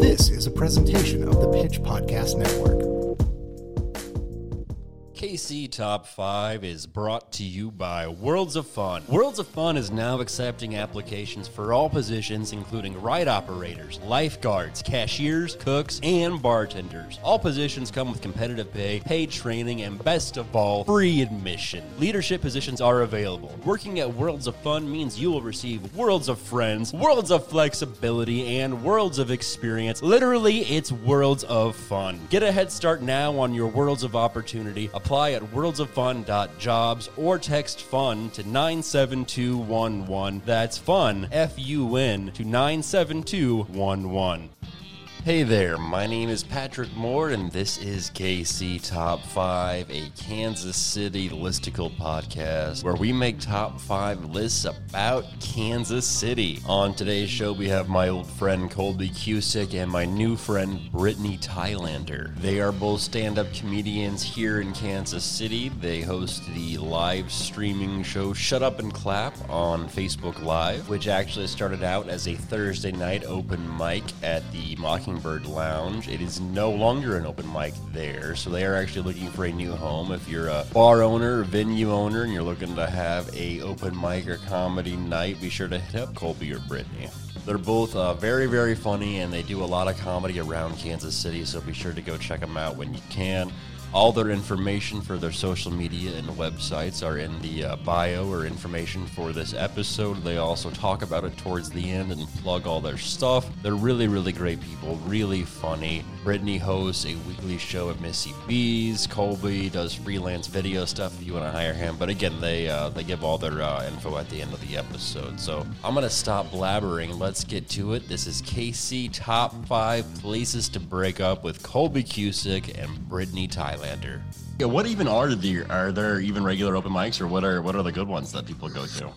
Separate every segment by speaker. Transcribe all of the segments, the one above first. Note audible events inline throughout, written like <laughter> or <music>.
Speaker 1: This is a presentation of the Pitch Podcast Network.
Speaker 2: KC Top 5 is brought to you by Worlds of Fun. Worlds of Fun is now accepting applications for all positions, including ride operators, lifeguards, cashiers, cooks, and bartenders. All positions come with competitive pay, paid training, and best of all, free admission. Leadership positions are available. Working at Worlds of Fun means you will receive worlds of friends, worlds of flexibility, and worlds of experience. Literally, it's worlds of fun. Get a head start now on your worlds of opportunity. Apply at worldsoffun.jobs or text fun to 97211. That's fun, F U N, to 97211. Hey there, my name is Patrick Moore, and this is KC Top 5, a Kansas City listicle podcast where we make top 5 lists about Kansas City. On today's show, we have my old friend Colby Cusick and my new friend Brittany Thailander. They are both stand up comedians here in Kansas City. They host the live streaming show Shut Up and Clap on Facebook Live, which actually started out as a Thursday night open mic at the Mockingbird Lounge. It is no longer an open mic there, so they are actually looking for a new home. If you're a bar owner, venue owner, and you're looking to have a open mic or comedy night, be sure to hit up Colby or Brittany. They're both uh, very, very funny, and they do a lot of comedy around Kansas City, so be sure to go check them out when you can. All their information for their social media and websites are in the uh, bio or information for this episode. They also talk about it towards the end and plug all their stuff. They're really, really great people, really funny. Brittany hosts a weekly show at Missy B's. Colby does freelance video stuff if you want to hire him. But again, they uh, they give all their uh, info at the end of the episode. So I'm gonna stop blabbering. Let's get to it. This is KC Top Five Places to Break Up with Colby Cusick and Brittany Thailander. Yeah, what even are the are there even regular open mics or what are what are the good ones that people go to?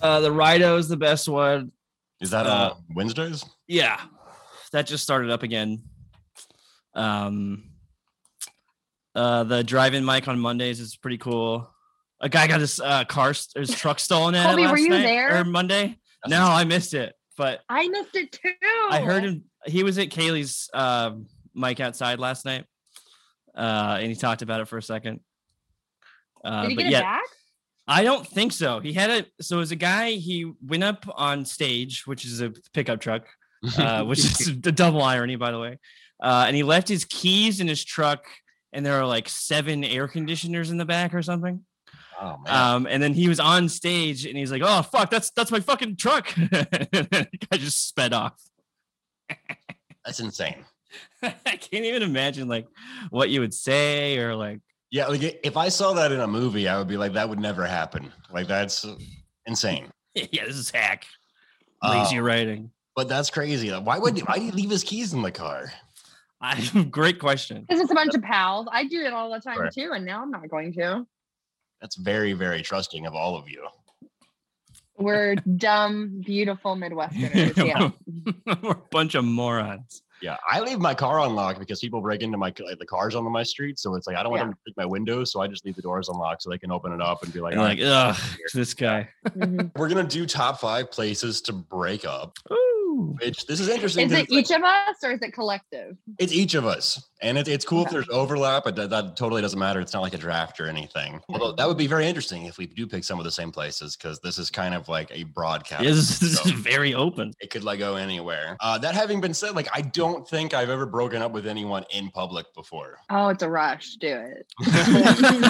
Speaker 3: Uh, the Rido is the best one.
Speaker 2: Is that uh,
Speaker 3: Uh,
Speaker 2: Wednesdays?
Speaker 3: Yeah, that just started up again. Um, uh, the drive-in mic on Mondays is pretty cool. A guy got his uh, car, st- his truck stolen. at
Speaker 4: Colby,
Speaker 3: last
Speaker 4: were you
Speaker 3: night-
Speaker 4: there?
Speaker 3: Or Monday? No, I missed it. But
Speaker 4: I missed it too.
Speaker 3: I
Speaker 4: Oh.
Speaker 3: heard him. He was at Kaylee's um mic outside last night, uh, and he talked about it for a second. Uh,
Speaker 4: Did he
Speaker 3: but
Speaker 4: get it
Speaker 3: yeah,
Speaker 4: back?
Speaker 3: I don't think so. He had a so as a guy, he went up on stage, which is a pickup truck, <laughs> uh, which is the double irony, by the way. Uh, and he left his keys in his truck, and there are like seven air conditioners in the back or something.
Speaker 2: <laughs> Oh man.
Speaker 3: Um, and then he was on stage, and he's like, "Oh fuck, that's that's my fucking truck." <laughs> I just sped off. <laughs>
Speaker 2: That's insane.
Speaker 3: I can't even imagine like what you would say or like
Speaker 2: Yeah, like if I saw that in a movie, I would be like, that would never happen. Like that's insane.
Speaker 3: <laughs> yeah, this is hack.
Speaker 2: Uh,
Speaker 3: Lazy writing.
Speaker 2: But that's crazy. Like, Why would why do you leave his keys in the car?
Speaker 3: I <laughs> great question.
Speaker 4: Because it's a bunch of pals. I do it all the time
Speaker 2: Right.
Speaker 4: too, and now I'm not going to.
Speaker 2: That's very very trusting of all of you.
Speaker 4: We're dumb,
Speaker 3: <laughs>
Speaker 4: beautiful Midwesterners. Yeah.
Speaker 3: We're a bunch of morons.
Speaker 2: Yeah, I leave my car unlocked because people break into my like, the cars on my street, so it's like I don't want
Speaker 4: Yeah.
Speaker 2: them to break my windows, so I just leave the doors unlocked so they can open it up and be like,
Speaker 3: And
Speaker 2: "All
Speaker 3: like,
Speaker 2: right,
Speaker 3: ugh, this guy. <laughs>
Speaker 4: Mhm.
Speaker 2: we're gonna do top five places to break up.
Speaker 3: Ooh.
Speaker 2: Which this is interesting.
Speaker 4: Is
Speaker 2: 'cause
Speaker 4: it
Speaker 2: it's like-
Speaker 4: each of us or is it collective?
Speaker 2: It's each of us, and it's it's cool if
Speaker 4: Okay.
Speaker 2: there's overlap, but that, that totally doesn't matter. It's not like a draft or anything. Although that would be very interesting if we do pick some of the same places, because this is kind of like a broadcast.
Speaker 3: Yeah, this, this is
Speaker 2: so
Speaker 3: very
Speaker 2: <laughs>
Speaker 3: open. <laughs>
Speaker 2: It could like go anywhere. Uh, that having been said, like I don't think I've ever broken up with anyone in public before. <laughs>
Speaker 4: Oh, it's a rush. Do it.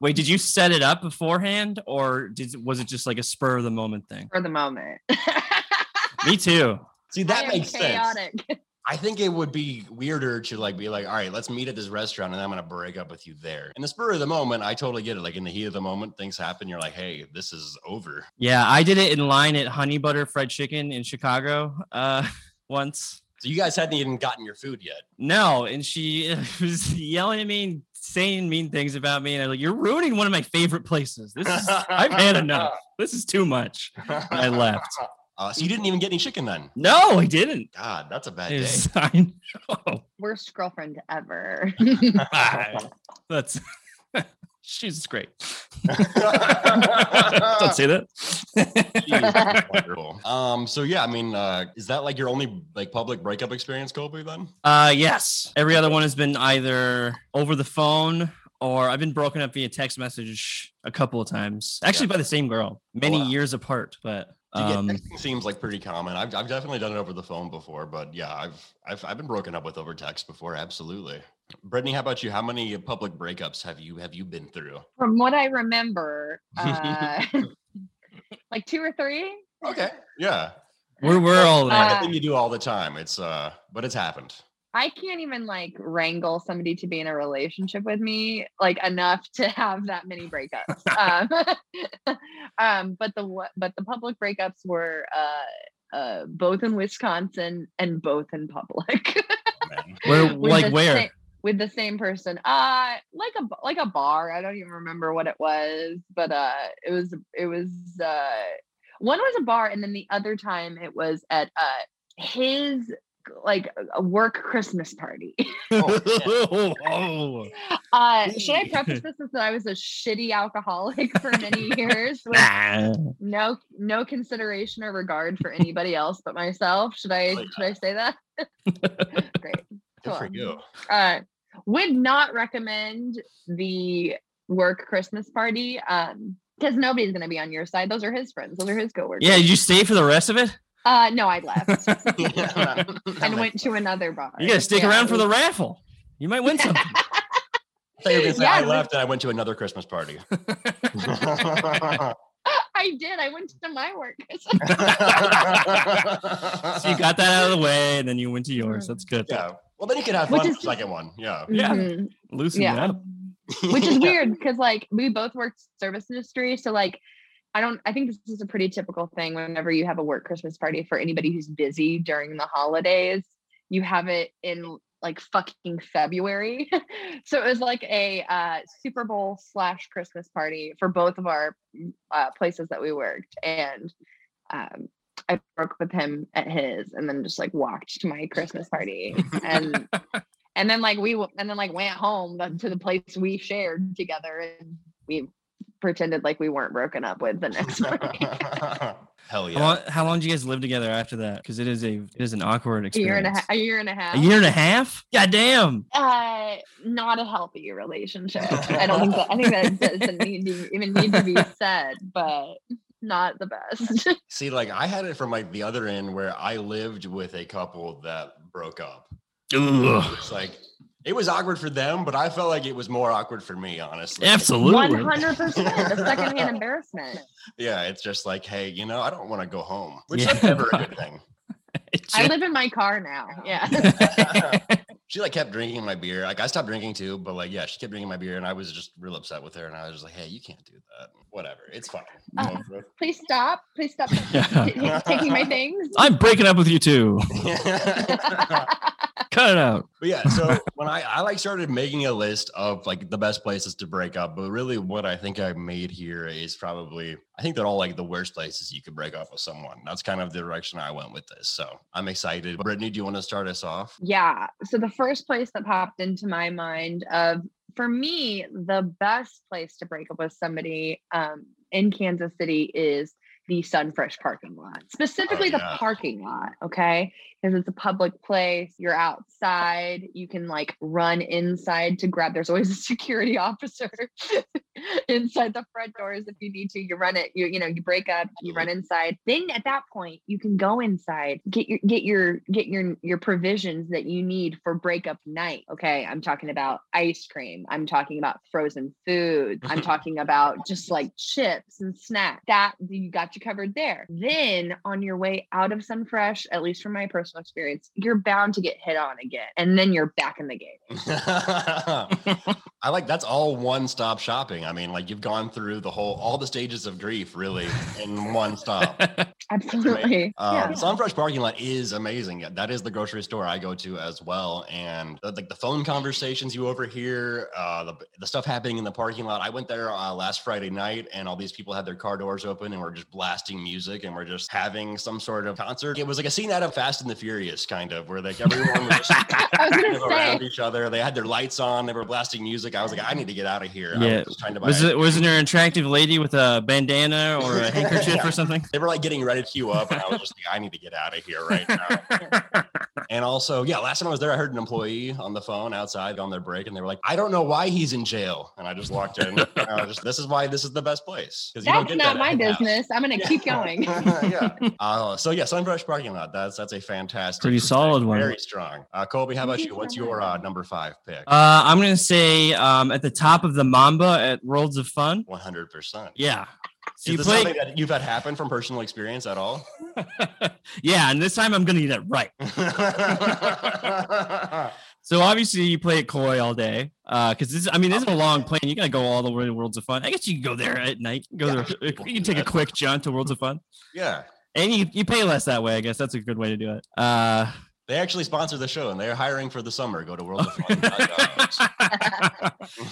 Speaker 3: Wait, did you set it up beforehand or did was it just like a spur of the moment thing?
Speaker 4: For the moment. <laughs>
Speaker 3: Me too.
Speaker 2: See,
Speaker 4: I
Speaker 2: that
Speaker 4: am
Speaker 2: makes sense.
Speaker 4: chaotic. <laughs>
Speaker 2: I think it would be weirder to like be like, all right, let's meet at this restaurant and I'm gonna break up with you there. In the spur of the moment, I totally get it. Like in the heat of the moment, things happen. You're like, hey, this is over.
Speaker 3: Yeah, I did it in line at Honey Butter Fried Chicken in Chicago uh, <laughs> once.
Speaker 2: So you guys hadn't even gotten your food yet.
Speaker 3: No, and she <laughs> was yelling at me and saying mean things about me. And I was like, You're ruining one of my favorite places. This is I've had enough. This is too much. And I left.
Speaker 2: Uh, so you didn't even get any chicken then.
Speaker 3: No, I didn't.
Speaker 2: God, that's a bad
Speaker 3: It
Speaker 2: day.
Speaker 3: was- <laughs> I know.
Speaker 4: Worst girlfriend ever.
Speaker 3: Ah, That's <laughs> She's great. Don't say that. <laughs>
Speaker 2: She is wonderful. Um, so yeah, I mean, uh, is that like your only like public breakup experience, Colby? Then
Speaker 3: Uh, yes. Every other one has been either over the phone or I've been broken up via text message a couple of times, actually by the same girl, many
Speaker 2: wow.
Speaker 3: years apart. But
Speaker 2: To get
Speaker 3: um,
Speaker 2: texting seems like pretty common. I've, I've definitely done it over the phone before, but yeah, I've, I've I've been broken up with over text before. Absolutely. Brittany, how about you? How many public breakups have you have you been through?
Speaker 4: <laughs> From what
Speaker 3: <laughs>
Speaker 4: I remember, uh, <laughs> like two or three.
Speaker 2: Okay. Yeah.
Speaker 3: we're we're all there.
Speaker 2: I
Speaker 4: Uh,
Speaker 2: think you do all the time. It's uh, but it's happened.
Speaker 4: I can't even like wrangle somebody to be in a relationship with me like enough to have that many breakups. um, <laughs> um, but the wa- but the public breakups were uh, uh, both in Wisconsin and both in public. <laughs>
Speaker 2: man.
Speaker 3: Where
Speaker 4: with
Speaker 3: like
Speaker 4: the
Speaker 3: where? <laughs>
Speaker 4: sa- with the same person. Uh like a b- like a bar. I don't even remember what it was, but uh it was it was uh one was a bar and then the other time it was at uh his like a work Christmas party. <laughs>
Speaker 3: oh,
Speaker 4: Uh should I preface this as that I was a shitty alcoholic for
Speaker 3: <laughs>
Speaker 4: many years with
Speaker 3: Ah.
Speaker 4: no no consideration or regard for anybody else but myself. Should I
Speaker 2: Oh, yeah.
Speaker 4: should I say that? <laughs>
Speaker 3: <laughs>
Speaker 4: Great.
Speaker 2: Good for
Speaker 4: Cool.
Speaker 2: you.
Speaker 4: uh, would not recommend the work Christmas party um because nobody's gonna be on your side. Those are his friends. Those are his coworkers.
Speaker 3: Yeah, did you stay for the rest of it?
Speaker 4: Uh, no,
Speaker 3: <laughs>
Speaker 4: I left
Speaker 3: you
Speaker 2: Yeah.
Speaker 4: and went to another bar.
Speaker 3: gotta stick
Speaker 4: Yeah,
Speaker 3: around
Speaker 4: it
Speaker 3: for the
Speaker 4: was-
Speaker 3: raffle. You might win something.
Speaker 2: I, thought you were gonna say, I
Speaker 4: Yeah, it was-
Speaker 2: left and I went to another Christmas
Speaker 4: <laughs>
Speaker 2: party.
Speaker 4: <laughs> I did. I went to my work.
Speaker 3: so you got that out of the way, and then you went to yours. That's good.
Speaker 2: yeah. Well, then you could have
Speaker 4: Which
Speaker 2: fun
Speaker 4: is
Speaker 2: with the second one. Yeah.
Speaker 3: <laughs> Yeah.
Speaker 4: Mhm,
Speaker 3: Loosen it
Speaker 4: yeah.
Speaker 3: up.
Speaker 4: Which
Speaker 2: <laughs>
Speaker 4: is
Speaker 2: Yeah.
Speaker 4: weird because like we both worked service industry, so like. I don't. I think this is a pretty typical thing. Whenever you have a work Christmas party for anybody who's busy during the holidays, you have it in like fucking February. <laughs> so it was like a uh, Super Bowl slash Christmas party for both of our uh, places that we worked, and um, I broke with him at his, and then just like walked to my Christmas party, and and then like we w- and then like went home th- to the place we shared together, and we pretended like we weren't broken up with
Speaker 3: <laughs>
Speaker 4: the next morning.
Speaker 2: Hell
Speaker 3: How, long,
Speaker 2: yeah.
Speaker 3: how long do you guys live together after that? Because it is a it is an awkward
Speaker 4: a
Speaker 3: experience.
Speaker 4: year and a half. A year and a half.
Speaker 3: A year and a half? God damn.
Speaker 4: uh not a healthy relationship
Speaker 3: <laughs>
Speaker 4: i don't think that i think that doesn't need to even need to be said but not the
Speaker 3: <laughs>
Speaker 4: best
Speaker 2: See, like I had it from like the other end where I lived with a couple that broke up. It's like it was awkward for them, but I felt like it was more awkward for me, honestly.
Speaker 3: Absolutely.
Speaker 4: 100% the secondhand embarrassment
Speaker 2: Yeah, it's just like, hey, you know, I don't want to go home, which
Speaker 3: Yeah.
Speaker 2: is never a good thing.
Speaker 4: i live in my car now yeah
Speaker 3: <laughs>
Speaker 2: she like kept drinking my beer. Like I stopped drinking too, but like yeah, she kept drinking my beer, and I was just real upset with her. And I was just like, hey, you can't do that. Whatever, it's fine. <laughs> I'm
Speaker 4: Uh,
Speaker 2: over it.
Speaker 4: please stop please stop t-
Speaker 3: Yeah.
Speaker 4: t- taking my things
Speaker 3: I'm breaking up with you
Speaker 4: <laughs>
Speaker 3: too.
Speaker 2: but
Speaker 3: Cut it out.
Speaker 2: yeah, so when I I like started making a list of like the best places to break up, but really what I think I made here is probably I think they're all like the worst places you could break up with someone. That's kind of the direction I went with this. So I'm excited. Brittany, do you want to start us
Speaker 4: <laughs>
Speaker 2: off?
Speaker 4: yeah so the first place that popped into my mind of for me the best place to break up with somebody um, in kansas city is the sunfresh parking lot specifically
Speaker 2: yeah.
Speaker 4: the parking lot okay because it's a public place you're outside you can like run inside to grab there's always a security <laughs> officer inside the front doors if you need to you run it you you know you break up you run inside then at that point you can go inside get your get your get your your provisions that you need for breakup night okay i'm talking about ice cream i'm talking about frozen food
Speaker 2: <laughs>
Speaker 4: i'm talking about just like chips and snacks that you got you covered there then on your way out of sunfresh at least from my personal experience you're bound to get hit on again and then you're back in the game
Speaker 2: I like that's all one stop shopping. I mean, like you've gone through the whole all the stages of grief really in one stop.
Speaker 4: absolutely
Speaker 2: Um,
Speaker 4: yeah.
Speaker 2: Sunfresh parking lot is amazing. That is the grocery store I go to as well, and the, like the phone conversations you overhear, uh, the the stuff happening in the parking lot. I went there uh, last Friday night, and all these people had their car doors open and were just blasting music and we're just having some sort of concert. It was like a scene out of Fast and the Furious, kind of, where like everyone was just
Speaker 4: <laughs> I was
Speaker 2: kind <laughs>
Speaker 4: gonna
Speaker 2: of
Speaker 4: say.
Speaker 2: around each other. They had their lights on. They were blasting music. I was like, I need to get out of here. I
Speaker 3: Yeah.
Speaker 2: was just trying to buy.
Speaker 3: Was it wasn't there an attractive lady with a bandana or
Speaker 2: <laughs>
Speaker 3: a handkerchief or something?
Speaker 2: they were like getting ready to queue up, and I was just like, I need to get out of here right now.
Speaker 3: <laughs>
Speaker 2: and also, yeah, last time I was there, I heard an employee on the phone outside on their break, and they were like, I don't know why he's in jail. And I just walked in. and I was just, this is why this is the best place. 'cause you don't
Speaker 4: That's
Speaker 2: get
Speaker 4: not
Speaker 2: that
Speaker 4: my
Speaker 2: at house."
Speaker 4: business. I'm
Speaker 2: <laughs>
Speaker 4: gonna keep going.
Speaker 2: yeah. Uh, so yeah, Sunbrush parking lot. That's that's a fantastic,
Speaker 3: Pretty solid one.
Speaker 2: very strong. Uh, Colby, how about
Speaker 4: Thank
Speaker 2: you?
Speaker 4: you
Speaker 2: What's
Speaker 4: so
Speaker 2: your uh,
Speaker 4: much.
Speaker 2: number five pick?
Speaker 3: Uh, I'm gonna say um, at the top of the Mamba at Worlds of Fun.
Speaker 2: One hundred percent.
Speaker 3: Yeah. So
Speaker 2: Is
Speaker 3: you
Speaker 2: this
Speaker 3: play,
Speaker 2: something that you've had happen from personal experience at all? <laughs>
Speaker 3: <laughs> yeah, and this time I'm gonna get it right. So obviously you play at Koi all day, because this I mean this is a long plane. You gotta go all the way to Worlds of Fun. I guess you can go there at night. Go
Speaker 2: Yeah,
Speaker 3: there. <laughs>
Speaker 2: people
Speaker 3: You can
Speaker 2: do
Speaker 3: take a
Speaker 2: that.
Speaker 3: quick jaunt to Worlds of Fun,
Speaker 2: yeah,
Speaker 3: and you, you pay less that way. I guess that's a good way to do it. Uh,
Speaker 2: they actually sponsor the show, and they're hiring for the summer. Go to World of Fun.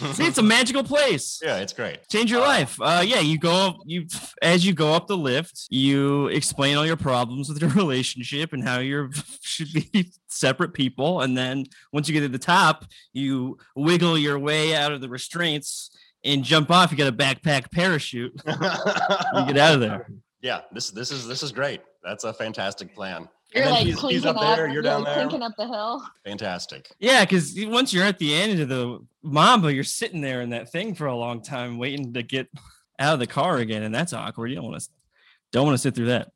Speaker 3: <laughs> See,
Speaker 4: <laughs>
Speaker 3: it's a magical place.
Speaker 2: yeah, it's great.
Speaker 3: Change your
Speaker 2: Uh,
Speaker 3: life. Uh, yeah, you go up. You <laughs> as you go up the lift, you explain all your problems with your <laughs> relationship and how you <laughs> should be <laughs> separate people. And then once you get to the top, you wiggle your way out of the restraints and jump off. You got a backpack parachute. <laughs> You get out
Speaker 2: <laughs>
Speaker 3: of there.
Speaker 2: yeah, this this is this is great. That's a fantastic plan.
Speaker 4: You're
Speaker 2: And then
Speaker 4: like
Speaker 2: he's, he's
Speaker 4: clinking
Speaker 2: up
Speaker 4: up,
Speaker 2: there. You're down
Speaker 4: like
Speaker 2: there.
Speaker 4: clinking up the hill.
Speaker 2: Fantastic.
Speaker 3: Yeah, because once you're at the end of the Mamba, you're sitting there in that thing for a long time, waiting to get <laughs> out of the car again, and that's awkward. You don't want to don't want to sit through that.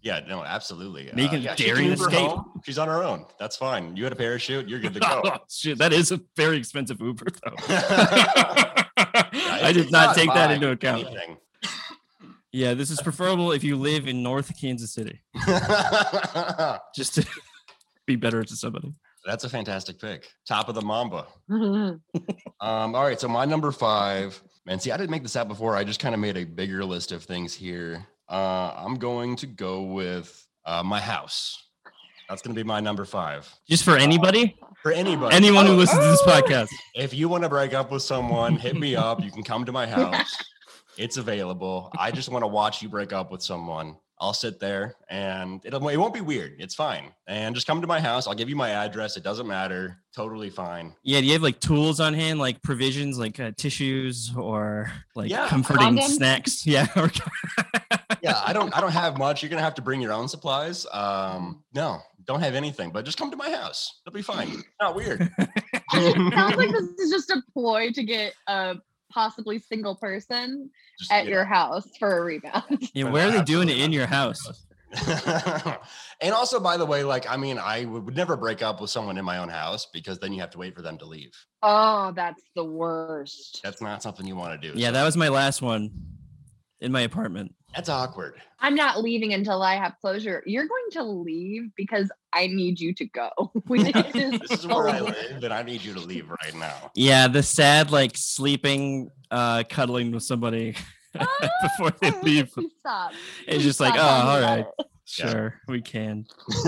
Speaker 2: Yeah, no, absolutely. Uh,
Speaker 3: Making a
Speaker 2: yeah, she
Speaker 3: daring
Speaker 2: can Uber
Speaker 3: escape.
Speaker 2: home. She's on her own. That's fine. You had a parachute. You're good to
Speaker 4: <laughs>
Speaker 2: go.
Speaker 3: <laughs> Shit, that is a very expensive Uber though. <laughs> I
Speaker 2: Right?
Speaker 3: did
Speaker 2: It's
Speaker 3: not take that
Speaker 2: mine,
Speaker 3: into
Speaker 2: <laughs>
Speaker 3: account.
Speaker 2: anything.
Speaker 3: Yeah, this is preferable if you live in North Kansas City, just to <laughs> be better to somebody.
Speaker 2: That's a fantastic pick. Top of the Mamba.
Speaker 4: <laughs>
Speaker 2: Um, all right, so my number five, man. See, I didn't make this out before. I just kind of made a bigger list of things here. Uh, I'm going to go with uh, my house. That's going to be my number five
Speaker 3: Just for anybody,
Speaker 2: for anybody.
Speaker 3: anyone who
Speaker 2: Oh,
Speaker 3: listens to this
Speaker 4: oh.
Speaker 3: podcast.
Speaker 2: if you want to break up with someone, hit me up. You can come
Speaker 3: <laughs>
Speaker 2: to my house. It's available. I just want to watch you break up with someone. I'll sit there and it'll, it won't be weird. It's fine. And just come to my house. I'll give you my address. It doesn't matter. Totally fine.
Speaker 3: Yeah, do you have like tools on hand, like provisions, like uh, tissues or like
Speaker 2: Yeah.
Speaker 3: comforting
Speaker 4: Condoms?
Speaker 3: snacks? <laughs> Yeah, or
Speaker 2: Yeah, I don't I don't have much. You're gonna have to bring your own supplies. Um, no, don't have anything, but just come to my house. It'll be fine. Not weird. <laughs>
Speaker 4: <laughs> It sounds like this is just a ploy to get a possibly single person
Speaker 2: Just,
Speaker 4: at
Speaker 2: you know.
Speaker 4: your house for a rebound. <laughs>
Speaker 3: Yeah,
Speaker 2: No,
Speaker 3: where are they doing it
Speaker 2: absolutely
Speaker 3: in
Speaker 2: not.
Speaker 3: your house?
Speaker 2: <laughs> and also, by the way, like I mean, I would would never break up with someone in my own house because then you have to wait for them to leave.
Speaker 4: Oh, that's the worst.
Speaker 2: That's not something you want to do.
Speaker 3: Yeah,
Speaker 2: So
Speaker 3: that was my last one in my apartment.
Speaker 2: that's awkward.
Speaker 4: I'm not leaving until I have closure. You're going to leave because I need you to go. <laughs> We need
Speaker 3: <laughs>
Speaker 4: to
Speaker 2: This <laughs> is where I
Speaker 4: leave.
Speaker 2: live, and I need you to leave right now.
Speaker 3: Yeah, the sad like sleeping, uh, cuddling with somebody <laughs>
Speaker 4: Ah,
Speaker 3: before they
Speaker 4: <laughs> please
Speaker 3: leave.
Speaker 4: Stop.
Speaker 3: It's
Speaker 4: Please
Speaker 3: just like, oh,
Speaker 4: stop while
Speaker 3: all
Speaker 4: you're at
Speaker 3: right,
Speaker 4: it.
Speaker 2: Yeah.
Speaker 3: sure, we can.
Speaker 2: <laughs>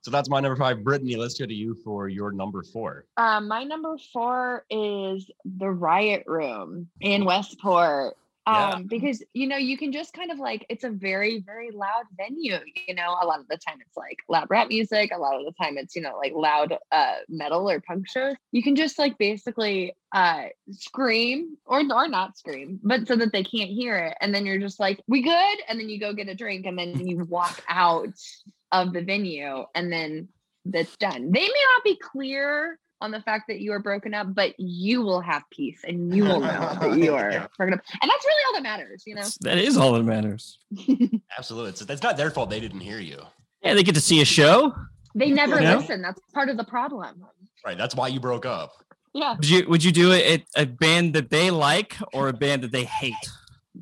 Speaker 2: so that's my number five, Brittany. Let's go to you for your number four.
Speaker 4: Uh, my number four is the riot room in Westport.
Speaker 2: Yeah.
Speaker 4: Um, because you know, you can just kind of like it's a very, very loud venue, you know. A lot of the time it's like loud rap music, a lot of the time it's, you know, like loud uh metal or punk shows. You can just like basically uh scream or or not scream, but so that they can't hear it. And then you're just like, we good? And then you go get a drink and then you walk out of the venue and then that's done. They may not be clear on the fact that you are broken up, but you will have peace and you will know
Speaker 2: <laughs>
Speaker 4: that you are
Speaker 2: Yeah.
Speaker 4: broken up. And that's really all that matters, you know?
Speaker 3: That's- That is all that matters.
Speaker 2: Absolutely, it's, it's not their fault they didn't hear you.
Speaker 3: Yeah, they get to see a show.
Speaker 4: They never
Speaker 3: Yeah.
Speaker 4: listen. That's part of the problem.
Speaker 2: Right, that's why you broke up.
Speaker 4: Yeah.
Speaker 3: Would you would you do it at a band that they like or a band that they hate? <laughs>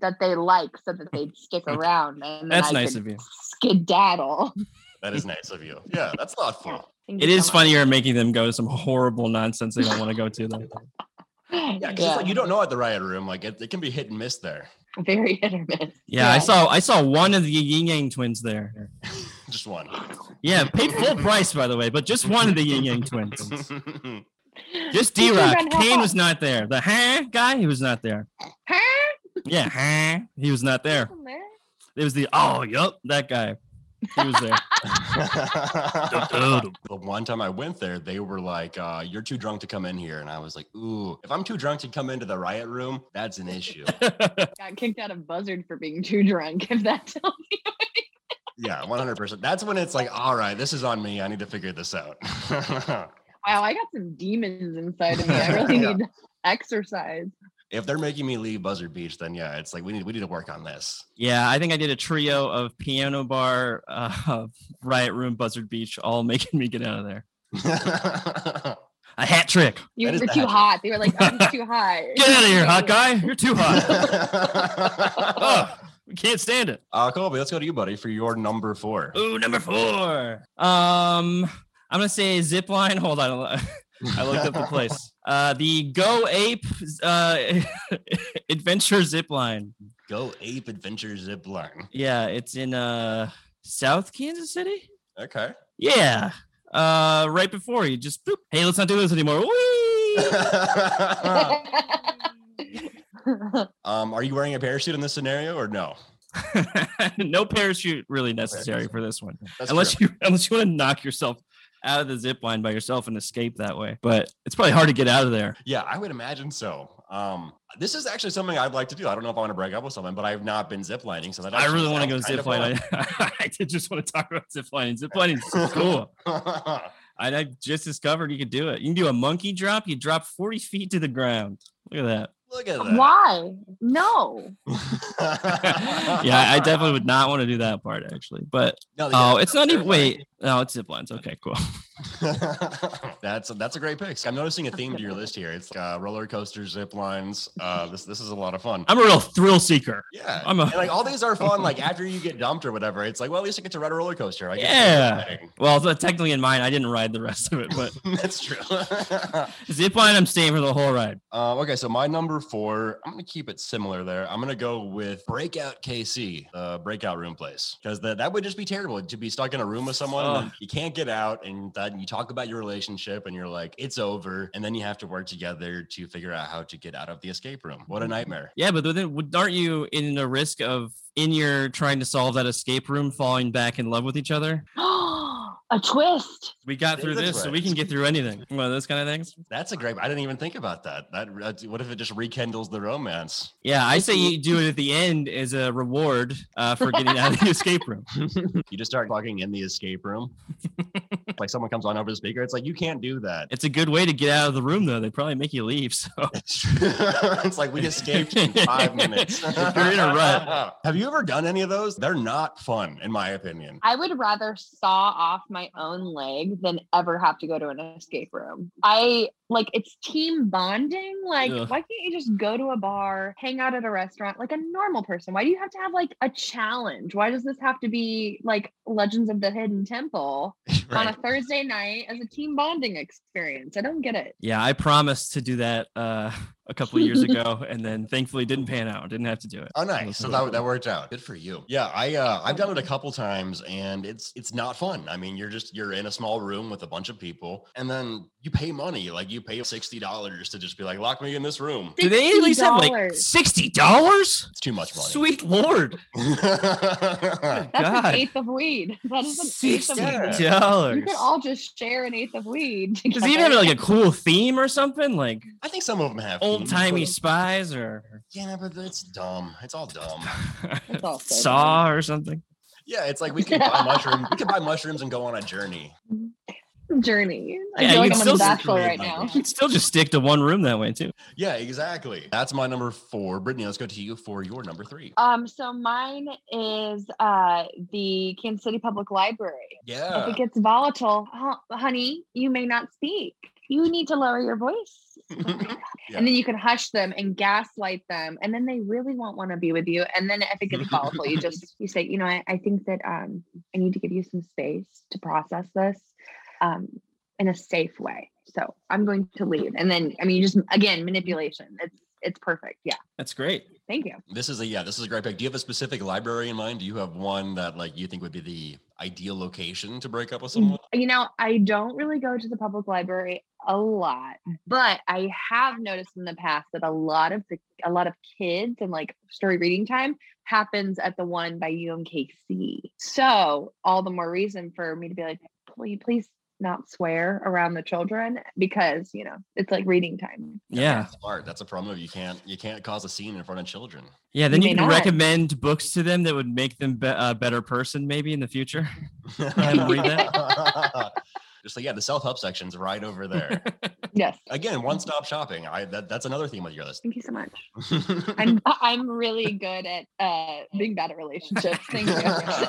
Speaker 4: That they like so that they'd stick around. And then
Speaker 3: That's
Speaker 4: I
Speaker 3: nice
Speaker 4: could
Speaker 3: of you.
Speaker 4: Skedaddle.
Speaker 2: That is nice of you. Yeah, that's
Speaker 4: <laughs>
Speaker 2: thoughtful.
Speaker 4: Thank
Speaker 3: It
Speaker 4: you
Speaker 3: is
Speaker 4: so much.
Speaker 3: funnier making them go to some horrible nonsense they don't want to go to. <laughs> Though.
Speaker 2: Yeah, because like you don't know at the riot room. Like it, it can be hit and miss there. <laughs>
Speaker 4: very hit or miss.
Speaker 3: Yeah, I saw I saw one of the Yin Yang twins there.
Speaker 2: Just <laughs> one.
Speaker 3: Yeah, paid full price by the way, but just one of the Yin Yang <laughs> twins. Just D
Speaker 4: Teacher
Speaker 3: Rock.
Speaker 4: Ben, help
Speaker 3: Kane
Speaker 4: us.
Speaker 3: was not there. The huh guy, he was not there.
Speaker 4: Huh?
Speaker 3: Yeah, huh? He was not there.
Speaker 4: Come there.
Speaker 3: It was the oh, yep, that guy. He was <laughs> there.
Speaker 2: the one time I went there, they were like, uh, "You're too drunk to come in here," and I was like, "Ooh, if I'm too drunk to come into the riot room, that's an <laughs> issue."
Speaker 4: Got kicked out of Buzzard for being too drunk. If that <laughs> tells you.
Speaker 2: yeah, 100. percent That's when it's like, "All right, this is on me. I need to figure this out." <laughs>
Speaker 4: Wow, I got some demons inside of
Speaker 2: <laughs>
Speaker 4: me. I really
Speaker 2: Yeah.
Speaker 4: need to exercise.
Speaker 2: if they're making me leave Buzzard Beach, then yeah, it's like we need we need to work on this.
Speaker 3: yeah, I think I did a trio of piano bar, uh, <laughs> riot room, buzzard beach, all <laughs> making me get out of there.
Speaker 2: <laughs>
Speaker 3: A hat trick.
Speaker 4: You
Speaker 2: That is
Speaker 4: were
Speaker 2: the
Speaker 4: too
Speaker 2: hatchet.
Speaker 4: hot. They were like, "Oh,
Speaker 2: <laughs>
Speaker 4: he's too hot."
Speaker 3: Get out of
Speaker 4: <laughs>
Speaker 3: here, hot guy. You're too hot.
Speaker 2: uh,
Speaker 3: We can't stand it.
Speaker 2: Colby, let's go to you, buddy, for your number four.
Speaker 3: Ooh, number four. Um, I'm gonna say zip line. Hold on. <laughs> I looked up the place. Uh, the Go Ape uh, <laughs> Adventure Zip Line.
Speaker 2: Go Ape Adventure Zip Line.
Speaker 3: Yeah, it's in uh, South Kansas City. <laughs>
Speaker 2: Okay. <laughs>
Speaker 3: Yeah. Uh, right before you just boop. Hey, let's not do this anymore. Whee!
Speaker 4: Uh.
Speaker 2: <laughs> um, are you wearing a parachute in this scenario or no?
Speaker 3: <laughs> no parachute really necessary for this one,
Speaker 2: That's
Speaker 3: unless
Speaker 2: true.
Speaker 3: you <laughs> unless you want to knock yourself out of the zip line by yourself and escape that way. But it's probably hard to get out of there.
Speaker 2: yeah, I would imagine so. Um, this is actually something I'd like to do. I don't know if I want to break up with someone, but I've not been ziplining, so that
Speaker 3: I
Speaker 2: actually
Speaker 3: really want to go
Speaker 2: sounds kind of
Speaker 3: ziplining. <laughs> I, I did just want to talk about ziplining.
Speaker 2: <laughs>
Speaker 3: Ziplining is cool.
Speaker 2: fun. <laughs>
Speaker 3: And I just discovered you could do it. You can do a monkey drop. You drop 40 feet to the ground. Look at that.
Speaker 2: Look at that.
Speaker 4: Why? No.
Speaker 3: <laughs>
Speaker 4: <gasps>
Speaker 2: <laughs>
Speaker 3: yeah, I- I definitely would not want to do that part actually. But
Speaker 2: No, yeah,
Speaker 3: oh, it's not even.
Speaker 2: terrifying.
Speaker 3: Wait, no, it's zip lines. Okay, cool.
Speaker 2: <laughs>
Speaker 3: <laughs>
Speaker 2: that's that's a great pick. I'm noticing a theme to your list here. It's uh, roller coasters, zip lines. Uh, this this is a lot of fun.
Speaker 3: I'm a real thrill seeker.
Speaker 2: Yeah,
Speaker 3: I'm a-
Speaker 2: and, like all these are fun.
Speaker 3: <laughs>
Speaker 2: Like after you get dumped or whatever, it's like well at least I get to ride a roller coaster. I get to
Speaker 3: Yeah.
Speaker 2: go riding.
Speaker 3: Well, th- technically in mine, I didn't ride the rest of it, but
Speaker 2: <laughs> that's true. <laughs>
Speaker 3: zip line, I'm staying for the whole ride.
Speaker 2: Um, okay, so my number four, I'm gonna keep it similar there. I'm gonna go with Breakout KC, uh, breakout room place, because that that would just be terrible to be stuck in a room with someone
Speaker 3: Ugh.
Speaker 2: and you can't get out, and then you talk about your relationship, and you're like, it's over, and then you have to work together to figure out how to get out of the escape room.
Speaker 3: Mm-hmm.
Speaker 2: What a nightmare!
Speaker 3: Yeah, but then would- aren't you in the risk of in your trying to solve that escape room falling back in love with each other?
Speaker 4: a twist.
Speaker 3: We got
Speaker 2: Yeah,
Speaker 3: through
Speaker 2: that's
Speaker 3: this, so we
Speaker 2: right.
Speaker 3: can get through anything. One of those kind of things.
Speaker 2: That's a great. I didn't even think about that. That that's- what if it just rekindles the romance?
Speaker 3: Yeah, I say you do it at the end as a reward uh, for getting out of the escape room.
Speaker 2: You just start talking in the escape
Speaker 3: <laughs>
Speaker 2: room, like someone comes on over the speaker. It's like you can't do that.
Speaker 3: It's a good way to get out of the room, though. They probably make you leave. So
Speaker 2: <laughs> it's like we escaped in five minutes.
Speaker 3: If <laughs> you're in a rut.
Speaker 2: <laughs> Have you ever done any of those? They're not fun, in my
Speaker 3: <laughs>
Speaker 2: opinion.
Speaker 4: I would rather saw off my own leg than ever have to go to an escape room. I like it's team bonding. Like,
Speaker 3: Ugh.
Speaker 4: why can't you just go to a bar, hang out at a restaurant like a normal person? Why do you have to have like a challenge? Why does this have to be like Legends of the Hidden Temple on a
Speaker 2: Right.
Speaker 4: Thursday night as a team bonding experience? I don't get it.
Speaker 3: yeah, I promised to do that uh, a couple of years ago, and then thankfully didn't pan out. Didn't have to do it.
Speaker 2: Oh, nice. So that, that worked out. Good for you. Yeah, I uh, I've done it a couple times, and it's it's not fun. I mean, you're just you're in a small room with a bunch of people, and then you pay money, like you pay sixty dollars to just be like, lock me in this room.
Speaker 3: Do they at least have like
Speaker 4: $60?
Speaker 3: sixty dollars?
Speaker 2: It's too much money. <laughs>
Speaker 3: Sweet lord,
Speaker 4: That's
Speaker 3: God.
Speaker 4: an eighth of weed. <laughs> That is an eighth
Speaker 3: sixty
Speaker 4: of weed.
Speaker 3: dollars.
Speaker 4: You could all just share an eighth of weed.
Speaker 3: Does he even have like a cool theme or something like
Speaker 2: I think some of them have
Speaker 3: old
Speaker 2: themes,
Speaker 3: timey spies or <laughs>
Speaker 2: but- Yeah, but it's dumb. It's all dumb.
Speaker 4: That's all so
Speaker 3: saw or something?
Speaker 2: Yeah, it's like we could buy mushrooms. We could buy mushrooms and go on a journey.
Speaker 4: journey? I
Speaker 3: Yeah,
Speaker 4: feel
Speaker 3: you
Speaker 4: like
Speaker 3: can
Speaker 4: I'm on
Speaker 3: still
Speaker 4: bachelor
Speaker 2: circulate
Speaker 4: right
Speaker 2: like
Speaker 4: now.
Speaker 2: that.
Speaker 3: You could still just stick to one room that way too.
Speaker 2: Yeah, exactly. That's my number four. Brittany, let's go to you for your number three.
Speaker 4: Um, so mine is uh the Kansas City Public Library. If
Speaker 2: Yeah.
Speaker 4: it gets volatile, huh, honey, you may not speak. You need to lower your voice. <laughs>
Speaker 2: Yeah.
Speaker 4: And then you can hush them and gaslight them, and then they really won't want to be with you. And then if it gets volatile, you just you say, you know, I, I think that um, I need to give you some space to process this um, in a safe way. So I'm going to leave. And then I mean, you just again manipulation. It's it's perfect. Yeah.
Speaker 3: That's great.
Speaker 4: Thank you.
Speaker 2: This is a yeah, this is a great pick. Do you have a specific library in mind? Do you have one that like you think would be the ideal location to break up with someone?
Speaker 4: You know, I don't really go to the public library a lot, but I have noticed in the past that a lot of the a lot of kids and like story reading time happens at the one by UMKC. So all the more reason for me to be like, please, please not swear around the children because you know it's like reading time.
Speaker 3: Yeah.
Speaker 2: That's smart. That's a problem. You can't you can't cause a scene in front of children.
Speaker 3: Yeah. Then
Speaker 4: You
Speaker 3: you,
Speaker 4: may
Speaker 3: can
Speaker 4: not.
Speaker 3: recommend books to them that would make them be- a better person maybe in the
Speaker 4: <laughs>
Speaker 3: future. haven't <laughs> read
Speaker 2: <laughs> Just like yeah, the self help section's right over there.
Speaker 4: Yes.
Speaker 2: Again, one stop shopping. I that, that's another theme with your list. <laughs>
Speaker 4: Thank you so much. I'm I'm really good at uh being bad at relationships. Thank you.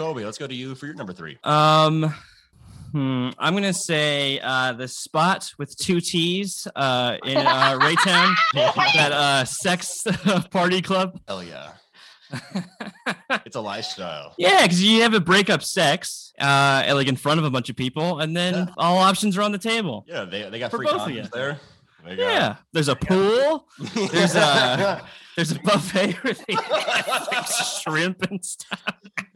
Speaker 2: Toby, let's go to you for your number three.
Speaker 3: Um, hmm, I'm gonna say uh, the spot with two T's uh, in uh,
Speaker 4: <laughs>
Speaker 3: Raytown, <laughs> that uh, sex <laughs> party club.
Speaker 2: Hell <laughs> yeah, it's a lifestyle.
Speaker 3: yeah, because you have a breakup sex, uh, and, like in front of a bunch of people, and then
Speaker 2: Yeah.
Speaker 3: all options are on the table.
Speaker 2: Yeah, they, they got
Speaker 3: For
Speaker 2: free
Speaker 3: both of
Speaker 2: condoms
Speaker 3: you.
Speaker 2: there. They
Speaker 3: Yeah,
Speaker 2: <laughs> got-
Speaker 3: there's a pool, There's, uh,
Speaker 2: <laughs> yeah,
Speaker 3: there's a buffet <laughs> with like, shrimp and stuff.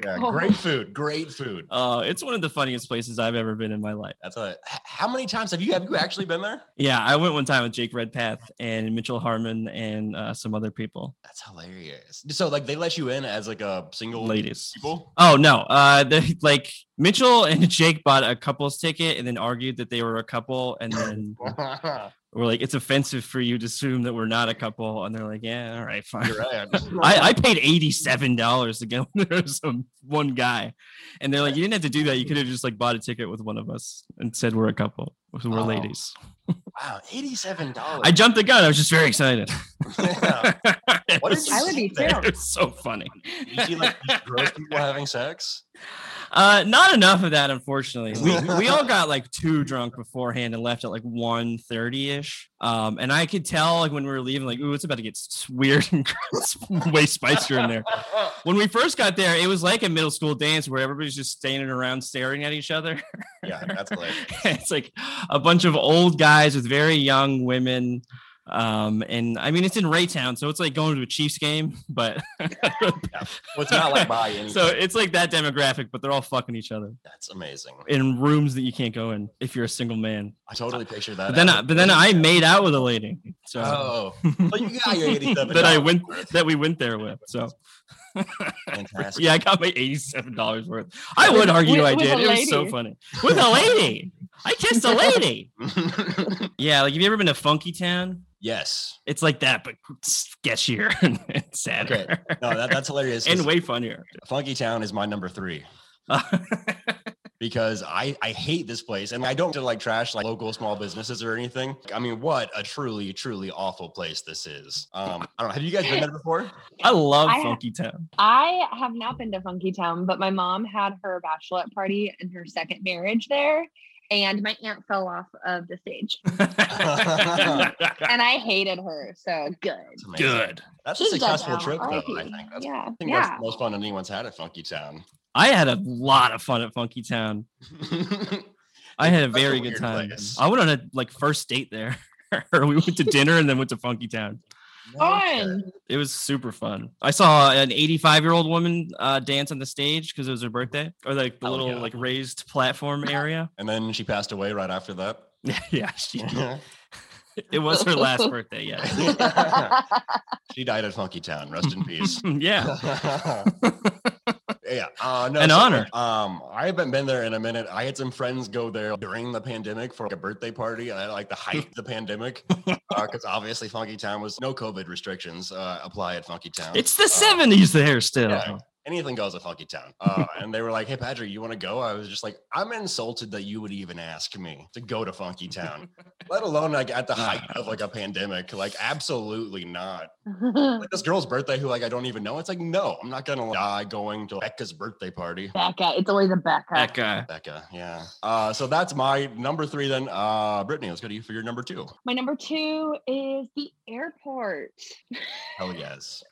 Speaker 3: Oh.
Speaker 2: great food, great food.
Speaker 3: Uh, it's one of the funniest places I've ever been in my life.
Speaker 2: That's a. h- How many times have you have you actually been there?
Speaker 3: Yeah, I went one time with Jake Redpath and Mitchell Harmon and uh, some other people.
Speaker 2: That's hilarious. So like they let you in as like a single
Speaker 3: ladies.
Speaker 2: people.
Speaker 3: Oh no, uh, the, like Mitchell and <laughs> Jake bought a couple's ticket and then argued that they were a couple, and then
Speaker 2: <laughs> You're right.
Speaker 3: we're like, it's offensive for you to assume that we're not a couple, and they're like, yeah, all right, fine.
Speaker 2: I,
Speaker 3: I, I paid eighty-seven dollars to go. <laughs> There was some one guy, and they're like, "You didn't have to do that. You could have just like bought a ticket with one of us and said we're a couple. so We're
Speaker 2: Oh.
Speaker 3: ladies."
Speaker 2: <laughs> wow, eighty-seven dollars. <laughs>
Speaker 3: I jumped the gun. I was just very excited. <laughs> It
Speaker 2: Oh. What did
Speaker 3: was-
Speaker 2: you
Speaker 4: I would be
Speaker 2: see there?
Speaker 4: too.
Speaker 3: It was so funny.
Speaker 2: You see like <laughs> these gross people having sex.
Speaker 3: <laughs> Uh, not enough of that, unfortunately.
Speaker 2: <laughs>
Speaker 3: We we all got like too drunk beforehand and left at like 1.30 ish. Um, and I could tell like when we were leaving, like, ooh, it's about to get s- weird and gross, <laughs> way spicier in there. When we first got there, it was like a middle school dance where everybody's just standing around staring at each other. <laughs>
Speaker 2: Yeah, that's <laughs> hilarious.
Speaker 3: it's like a bunch of old guys with very young women. Um, and I mean, it's in Raytown, so it's like going to a Chiefs game, <laughs> but
Speaker 2: Well, it's not like by any.
Speaker 3: so it's like that demographic, but they're all fucking each other
Speaker 2: that's amazing.
Speaker 3: in rooms that you can't go in if you're a single man.
Speaker 2: I totally picture that.
Speaker 3: But then,
Speaker 2: as
Speaker 3: I,
Speaker 2: a
Speaker 3: but then
Speaker 2: thing.
Speaker 3: I made out with a lady. So <laughs>
Speaker 2: Oh, but you got your eighty-seven.
Speaker 3: that Uh, I went that we went there with. So
Speaker 2: Fantastic.
Speaker 3: <laughs> yeah, I got my eighty-seven dollars worth. I would argue
Speaker 4: With-
Speaker 3: I
Speaker 4: with
Speaker 3: did.
Speaker 4: a
Speaker 3: It was so
Speaker 4: lady.
Speaker 3: funny with a lady. I kissed
Speaker 4: <laughs>
Speaker 3: a lady.
Speaker 2: Yeah.
Speaker 3: Yeah, like have you ever been to Funky Town?
Speaker 2: yes.
Speaker 3: It's like that, but sketchier <laughs> and sadder
Speaker 2: No, that, that's hilarious. 'cause
Speaker 3: <laughs> and way funnier.
Speaker 2: Funky Town is my number
Speaker 3: <laughs>
Speaker 2: three.
Speaker 3: Uh,
Speaker 2: because I, I hate this place and I don't to like trash like local small businesses or anything. I mean, what a truly, truly awful place this is. Um, I don't know. Have you guys been there before?
Speaker 3: I love
Speaker 4: I-
Speaker 3: Funky Town.
Speaker 4: I have not been to Funky Town, but my mom had her bachelorette party in her second marriage there, and my aunt fell off of the stage, and I hated her. So <laughs> good.
Speaker 2: It's amazing.
Speaker 3: Good.
Speaker 2: That's a
Speaker 4: She's dead
Speaker 2: successful
Speaker 4: now,
Speaker 2: trip though. I
Speaker 4: R.I.P.
Speaker 2: think that's,
Speaker 4: yeah.
Speaker 2: I think
Speaker 4: yeah.
Speaker 2: that's the most fun anyone's had at Funky Town.
Speaker 3: I had a lot of fun at Funky Town. I had a
Speaker 2: Such a
Speaker 3: very good
Speaker 2: weird
Speaker 3: time.
Speaker 2: place.
Speaker 3: I went on a like first date there. <laughs> we went to dinner and then went to Funky Town.
Speaker 4: Fun.
Speaker 3: It was super fun. I saw an 85 year old woman uh, dance on the stage because it was her birthday, or like the
Speaker 2: Oh,
Speaker 3: little
Speaker 2: yeah.
Speaker 3: like raised
Speaker 2: <laughs>
Speaker 3: platform area.
Speaker 2: <laughs>
Speaker 3: <laughs>
Speaker 2: And then she passed away right after that.
Speaker 3: yeah, she,
Speaker 2: <laughs>
Speaker 3: it was her last birthday. Yeah, <laughs>
Speaker 2: <laughs> she died at Funky Town. Rest in peace.
Speaker 3: yeah.
Speaker 2: yeah. Uh, no,
Speaker 3: An honor.
Speaker 2: Um, I haven't been there in a minute. I had some friends go there during the pandemic for like, a birthday party at like the height of the
Speaker 3: <laughs>
Speaker 2: pandemic, because obviously Funky Town was no COVID restrictions uh, apply at Funky Town.
Speaker 3: It's the
Speaker 2: Uh,
Speaker 3: 70s there still.
Speaker 2: yeah. Anything goes at Funky Town. Uh,
Speaker 3: <laughs>
Speaker 2: and they were like, "Hey, Patrick, you want to go?" I was just like, "I'm insulted that you would even ask me to go to Funky
Speaker 3: <laughs>
Speaker 2: Town, let alone like at the height of like a pandemic. Like, absolutely not." like this girl's birthday who like I don't even know. It's like, no, I'm not gonna die going to Becca's birthday party.
Speaker 4: <laughs> Becca, it's always a Becca.
Speaker 3: That guy.
Speaker 2: Becca, yeah. Uh, so that's my number three. Then, uh, Brittany, let's go to you for your number two.
Speaker 4: My number two is the airport.
Speaker 2: Hell <laughs> yes.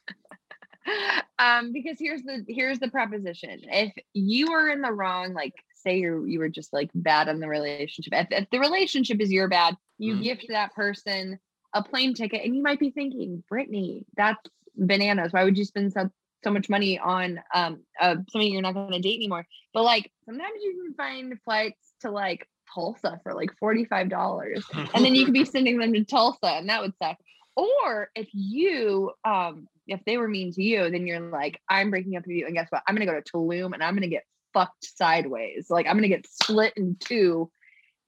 Speaker 4: <laughs> um, because here's the here's the proposition. If you are in the wrong, like say you you were just like bad in the relationship. If, if the relationship is your bad, you
Speaker 2: Mhm.
Speaker 4: gift that person a plane ticket, and you might be thinking, Brittany, that's bananas. Why would you spend so so much money on um uh, somebody you're not going to date anymore? But like sometimes you can find flights to like Tulsa for like forty five dollars and then you could be sending them to Tulsa, and that would suck. Or if you um, if they were mean to you, then you're like, I'm breaking up with you. And guess what? I'm gonna go to Tulum and I'm gonna get fucked sideways. Like I'm gonna get split in two.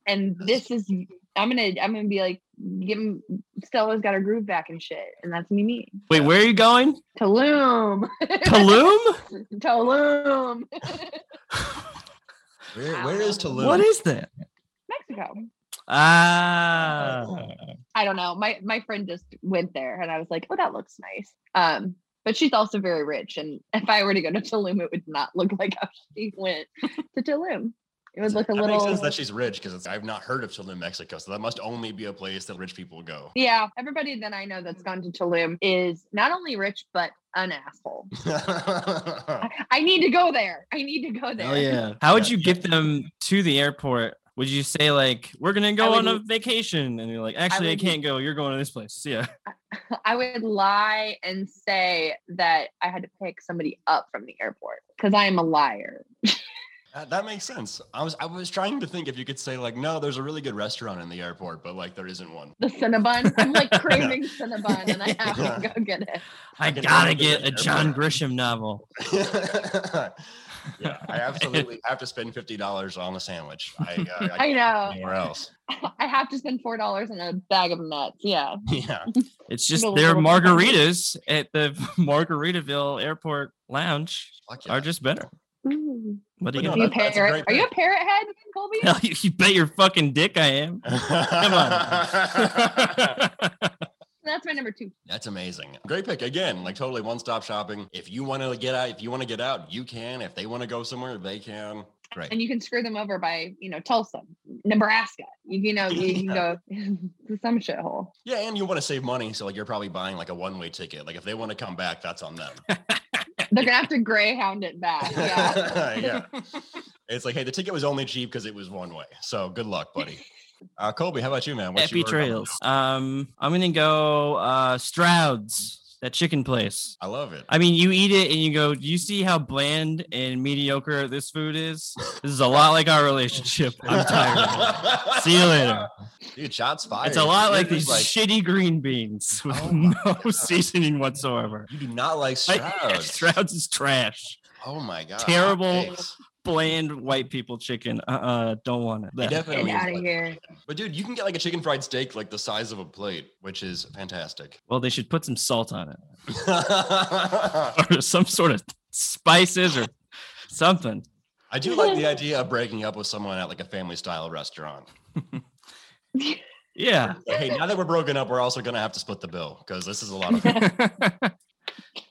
Speaker 4: And this is I'm gonna I'm gonna be like, give him Stella's got her groove back and shit. And that's me me.
Speaker 3: Wait, where are
Speaker 2: <laughs>
Speaker 3: you going?
Speaker 4: Tulum.
Speaker 3: Tulum?
Speaker 4: <laughs> Tulum.
Speaker 2: Where, where is Tulum?
Speaker 3: what is that?
Speaker 4: Mexico.
Speaker 3: Ah.
Speaker 4: I don't know. My my friend just went there and I was like, oh, that looks nice. Um, but she's also very rich. And <laughs> if I were to go to Tulum, it would not look <laughs> like how she went to Tulum. It would look a
Speaker 2: that
Speaker 4: little
Speaker 2: makes sense that she's rich because I've not heard of Tulum, Mexico. So that must only be a place that rich people <laughs> go.
Speaker 4: yeah, everybody that I know that's gone to Tulum is not only rich but
Speaker 2: <laughs>
Speaker 4: an asshole. I, I need to go there. I need to go there.
Speaker 2: Oh, yeah.
Speaker 3: <laughs> How would
Speaker 2: Yeah.
Speaker 3: you get them to the airport? Would you say like we're gonna go
Speaker 4: I
Speaker 3: on a
Speaker 4: would-
Speaker 3: vacation? And you're like, actually, I,
Speaker 4: would-
Speaker 3: can't go. You're going to this place. See ya.
Speaker 4: <laughs> I would lie and say that I had to pick somebody up from the airport because I am a liar.
Speaker 2: That, that makes sense. I was I was trying to think if you could say like, no, there's a really good restaurant in the airport, but like there isn't <laughs> one.
Speaker 4: The Cinnabon.
Speaker 2: <laughs>
Speaker 4: I'm like craving Cinnabon and I have to go get it.
Speaker 3: I
Speaker 2: can
Speaker 3: gotta
Speaker 2: order
Speaker 3: get
Speaker 2: it
Speaker 3: a
Speaker 2: at the
Speaker 3: John
Speaker 2: airport.
Speaker 3: Grisham novel.
Speaker 2: yeah, I absolutely have to spend fifty dollars on a sandwich. I, uh, <laughs> I
Speaker 4: I know.
Speaker 2: anywhere else. <laughs>
Speaker 4: <laughs> I have to spend four dollars on a bag of nuts. Yeah.
Speaker 2: Yeah,
Speaker 3: It's just
Speaker 4: Little-
Speaker 3: their
Speaker 4: little bit.
Speaker 3: margaritas at the <laughs> Margaritaville Airport Lounge
Speaker 2: fuck
Speaker 3: are
Speaker 2: yeah.
Speaker 3: just better.
Speaker 4: Ooh.
Speaker 3: What do you
Speaker 2: But no,
Speaker 4: Are
Speaker 3: know?
Speaker 4: you
Speaker 2: that- that's a
Speaker 4: parrot?
Speaker 2: great
Speaker 4: Are you a
Speaker 2: pick.
Speaker 4: parrot head, Colby?
Speaker 3: <laughs> Hell, you, you bet your fucking dick I am.
Speaker 2: on.
Speaker 4: <laughs> That's my number two.
Speaker 2: That's amazing. Great pick again. Like totally one-stop shopping. If you want to get out, if you want to get out, you can. If they want to go somewhere, they can. Great.
Speaker 4: And you can screw them over by, you know, Tulsa, Nebraska. You, you know, you can go <laughs> to some shithole.
Speaker 2: Yeah, and you want to save money, so like you're probably buying like a one-way ticket. Like if they want to come back, that's on them.
Speaker 4: They're gonna have to greyhound
Speaker 2: <laughs>
Speaker 4: it back. Yeah.
Speaker 2: yeah. It's like, hey, the ticket was only cheap because it was one way. So good luck, buddy. Uh, Colby, how about you, man?
Speaker 3: Happy
Speaker 2: your number?
Speaker 3: trails. Um, I'm gonna go uh Stroud's, that chicken place.
Speaker 2: I love it.
Speaker 3: I mean, you eat it and you go, "Do you see how bland and mediocre this
Speaker 2: <laughs>
Speaker 3: food is? This is a lot like our relationship. I'm tired.
Speaker 2: <laughs>
Speaker 3: of it. See you later.
Speaker 2: Dude, shots fired.
Speaker 3: It's a lot
Speaker 2: You're
Speaker 3: like these
Speaker 2: just
Speaker 3: shitty green beans with
Speaker 2: Oh my
Speaker 3: no <laughs> seasoning whatsoever.
Speaker 2: you do not like
Speaker 3: Like,
Speaker 2: Stroud's.
Speaker 3: <laughs> Stroud's is trash.
Speaker 2: Oh my god. hot
Speaker 3: Terrible.
Speaker 2: takes.
Speaker 3: Bland white people chicken. Uh, uh don't want it.
Speaker 2: He
Speaker 3: That-
Speaker 2: definitely
Speaker 4: Get
Speaker 2: is
Speaker 4: out of
Speaker 2: like- <laughs>
Speaker 4: here.
Speaker 2: But dude, you can get like a chicken fried steak like the size of a plate, which is fantastic. <laughs>
Speaker 3: Well, they should put some salt on it <laughs> or some sort of spices or something.
Speaker 2: I do like the idea of breaking up with someone at like a family style restaurant. <laughs>
Speaker 3: Yeah.
Speaker 2: Like, hey, now that we're broken up, we're also gonna have to split the bill because this is a lot of.
Speaker 3: but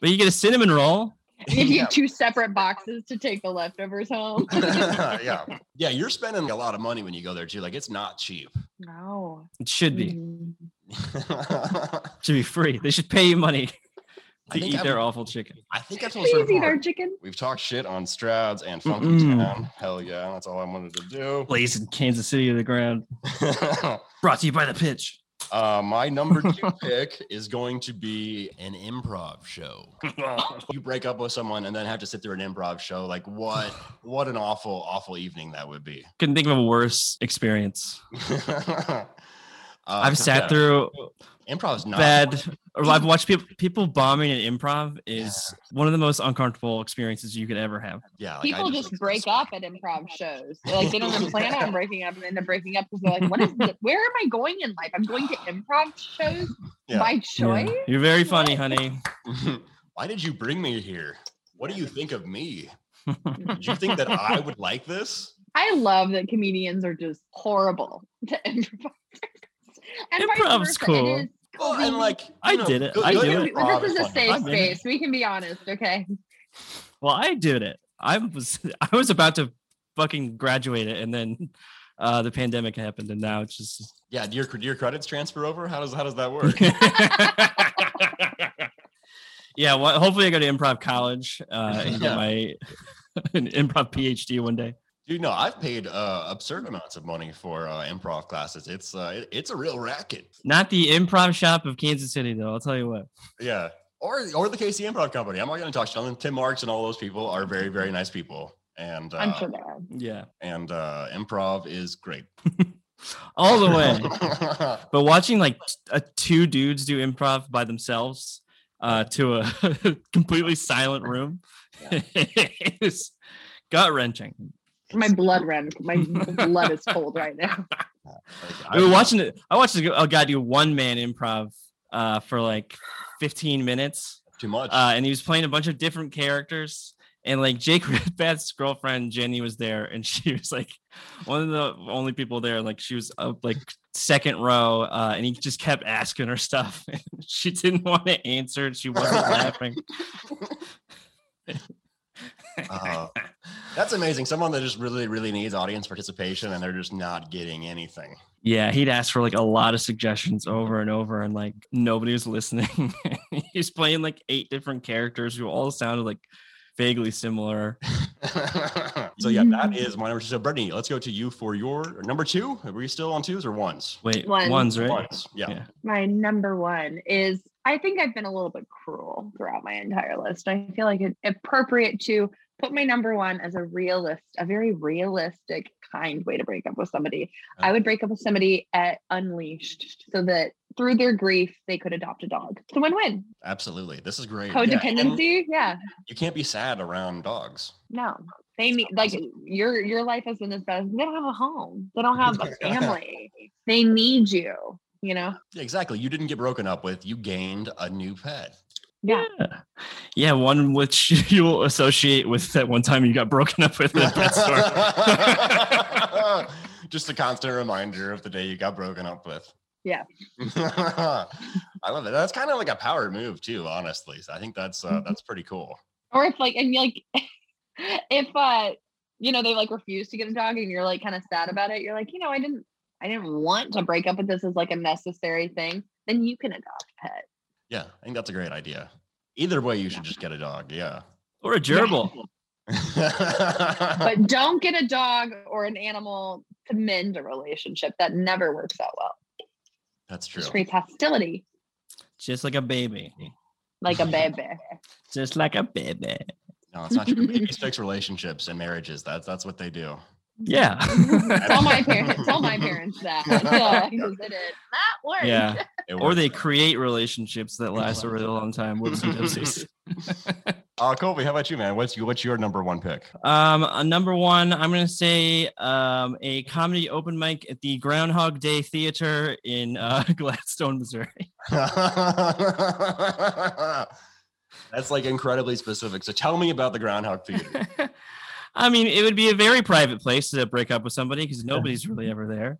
Speaker 3: you get a cinnamon roll.
Speaker 4: Give you
Speaker 2: Yeah.
Speaker 4: two separate boxes to take the leftovers
Speaker 2: <laughs>
Speaker 4: home.
Speaker 2: <laughs> yeah, yeah, you're spending a lot of money when you go there too. Like it's not cheap. <laughs>
Speaker 4: No.
Speaker 3: It should be.
Speaker 4: Mm.
Speaker 2: I
Speaker 3: should be free. They should pay you money <laughs> to
Speaker 2: think
Speaker 3: eat their
Speaker 2: I've-
Speaker 3: awful chicken.
Speaker 2: I think that's what
Speaker 4: Please eat our chicken.
Speaker 2: We've talked shit on Stroud's and
Speaker 3: Mm-mm.
Speaker 2: Funky Town. Hell yeah, that's all I wanted to do.
Speaker 3: Blazing Kansas City to the ground.
Speaker 2: <laughs>
Speaker 3: Brought to you by the pitch.
Speaker 2: Uh, my number
Speaker 3: <laughs>
Speaker 2: two pick is going to be an improv
Speaker 3: <laughs>
Speaker 2: show. You break up with someone and then have to sit through an improv show. Like what? What an awful, awful evening that would be.
Speaker 3: Couldn't think of a worse experience.
Speaker 2: Uh,
Speaker 3: I've sat
Speaker 2: yeah,
Speaker 3: through
Speaker 2: improv's not
Speaker 3: bad, or I've watched people people bombing at improv is one of the most uncomfortable experiences you could ever have.
Speaker 2: <laughs> Yeah, like, I
Speaker 4: People just
Speaker 2: like,
Speaker 4: break up at improv shows. They're like they don't even plan on breaking up, and then they're breaking up because they're like, "What is? This? Where am I going in life? I'm going to improv shows
Speaker 2: Yeah.
Speaker 4: by
Speaker 3: Yeah.
Speaker 4: choice."
Speaker 3: <laughs> You're very funny,
Speaker 4: What?
Speaker 3: honey.
Speaker 2: <laughs> Why did you bring me here? What do you think of me? Did you think that I would like this?
Speaker 3: <laughs>
Speaker 4: I love that comedians are just horrible <laughs> to improv. and vice
Speaker 3: Improv's
Speaker 4: versa, it
Speaker 3: cool.
Speaker 4: is
Speaker 2: Well,
Speaker 4: the-
Speaker 2: and like you
Speaker 3: I
Speaker 2: know,
Speaker 3: did it.
Speaker 2: good-
Speaker 3: I
Speaker 2: good
Speaker 3: did it.
Speaker 2: improv
Speaker 4: this is a
Speaker 2: funny.
Speaker 4: safe
Speaker 3: I mean-
Speaker 4: space. We can be honest, okay?
Speaker 3: Well, I did it. I was <laughs> I was about to fucking graduate it, and then uh, the pandemic happened, and now it's just <laughs>
Speaker 2: Yeah, do your do your credits transfer over? How does how does that work?
Speaker 3: yeah, well, hopefully I go to improv college uh, and get
Speaker 2: Yeah.
Speaker 3: my <laughs> an improv PhD one day.
Speaker 2: Dude, no, I've paid uh, absurd amounts of money for uh, improv classes. It's uh, it- it's a real racket.
Speaker 3: Not the improv shop of Kansas City, though. I'll tell you what.
Speaker 2: Yeah, or or the KC Improv Company. I'm not going to talk shit on them. Tim Marks and all those people are very very nice people, and
Speaker 4: I'm
Speaker 2: uh,
Speaker 4: sure they are.
Speaker 3: Yeah,
Speaker 2: and uh, improv is great. <laughs>
Speaker 3: all the way. But watching like t- uh, two dudes do improv by themselves uh, to a <laughs> completely silent room. <laughs> it was gut wrenching.
Speaker 4: My blood ran. My blood is cold right now.
Speaker 3: We were watching it. I watched a guy do one man improv uh, for like 15 minutes,
Speaker 2: too much. <laughs>
Speaker 3: uh, and he was playing a bunch of different characters. And like Jake <laughs> Redpath's girlfriend Jenny was there, and <laughs> she was like one of the only people there. Like she was up like second row, uh, and he just kept asking her stuff. <laughs> And she didn't want to answer. and She wasn't laughing.
Speaker 2: Oh. that's amazing. Someone that just really, really needs audience participation and they're just not getting anything. <laughs>
Speaker 3: Yeah, he'd ask for like a lot of suggestions over and over, and like nobody was listening. <laughs> he was playing like eight different characters who all sounded like vaguely similar.
Speaker 2: so yeah, that is my number two. So Brittany, let's go to you for your number two. Were you still on twos or ones?
Speaker 3: Wait,
Speaker 4: Ones.
Speaker 3: ones, right?
Speaker 2: Ones. Yeah.
Speaker 3: Yeah.
Speaker 4: My number one is I think I've been a little bit cruel throughout my entire list. I feel like it's appropriate to put my number one as a realist, a very realistic, kind way to break up with somebody.
Speaker 2: Uh-huh.
Speaker 4: I would break up with somebody at Unleashed so that through their grief, they could adopt a dog. It's a win win.
Speaker 2: Absolutely. This is great. Yeah, and
Speaker 4: Codependency. Yeah.
Speaker 2: You can't be sad around dogs.
Speaker 4: No. They need like your your life has been as bad. They don't have a home. They don't have
Speaker 2: <laughs>
Speaker 4: a family. they need you, you know?
Speaker 2: Yeah, Exactly. You didn't get broken up with. You gained a new
Speaker 3: <laughs>
Speaker 2: pet.
Speaker 4: Yeah.
Speaker 3: Yeah, one which <laughs> you will associate with that one time you got broken up with at a pet <laughs> store.
Speaker 2: <laughs> Just a constant reminder of the day you got broken up with.
Speaker 4: Yeah.
Speaker 2: <laughs> I love it. That's kind of like a power move too, honestly. So I think that's uh,
Speaker 4: Mm-hmm.
Speaker 2: that's pretty cool.
Speaker 4: or if like and like <laughs> if uh you know they like refuse to get a dog and you're like kind of sad about it you're like you know i didn't i didn't want to break up with this as like a necessary thing then you can adopt a pet <laughs>
Speaker 2: Yeah, I think that's a great idea. Either way, you should just get a dog. Yeah.
Speaker 3: or a gerbil.
Speaker 4: but don't get a dog or an animal to mend a relationship that never works out well
Speaker 2: <laughs> that's true.
Speaker 4: just creates hostility
Speaker 3: Just like a baby.
Speaker 4: like
Speaker 3: <laughs>
Speaker 4: a baby
Speaker 3: Just like a baby.
Speaker 2: No, it's not true.
Speaker 4: <laughs>
Speaker 2: Babies fix relationships and marriages. That's that's what they do.
Speaker 3: <laughs> Yeah.
Speaker 4: tell my parents tell my parents
Speaker 3: <laughs>
Speaker 4: that <laughs> because it did not work
Speaker 3: yeah.
Speaker 2: It
Speaker 3: Or
Speaker 2: works.
Speaker 3: they create relationships that last a really long time. Whoopsie <laughs> doopsies.
Speaker 2: Uh, Colby, how about you, man? What's you, what's your number one pick? <laughs>
Speaker 3: Um, uh, number one, I'm gonna say um, a comedy open mic at the Groundhog Day Theater in uh, <laughs> Gladstone, Missouri.
Speaker 2: that's like incredibly specific. So tell me about the Groundhog
Speaker 3: <laughs>
Speaker 2: Theater.
Speaker 3: I mean, it would be a very private place to break up with somebody because nobody's really ever there.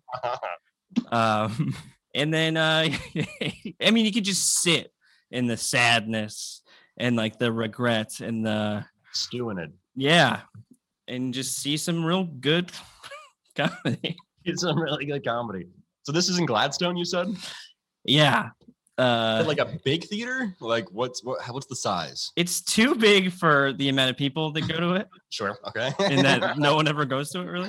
Speaker 3: Um, and then, uh, <laughs> I mean, you could just sit in the sadness and like the regret and the
Speaker 2: Stewing it.
Speaker 3: yeah, and just see some real good <laughs> comedy.
Speaker 2: It's a really good comedy. So this is in Gladstone, you said?
Speaker 3: Yeah. Uh,
Speaker 2: like a big theater? Like what's what, how- what's the size?
Speaker 3: it's too big for the amount of people that go to it
Speaker 2: Sure. Okay.
Speaker 3: and that no one ever goes to it really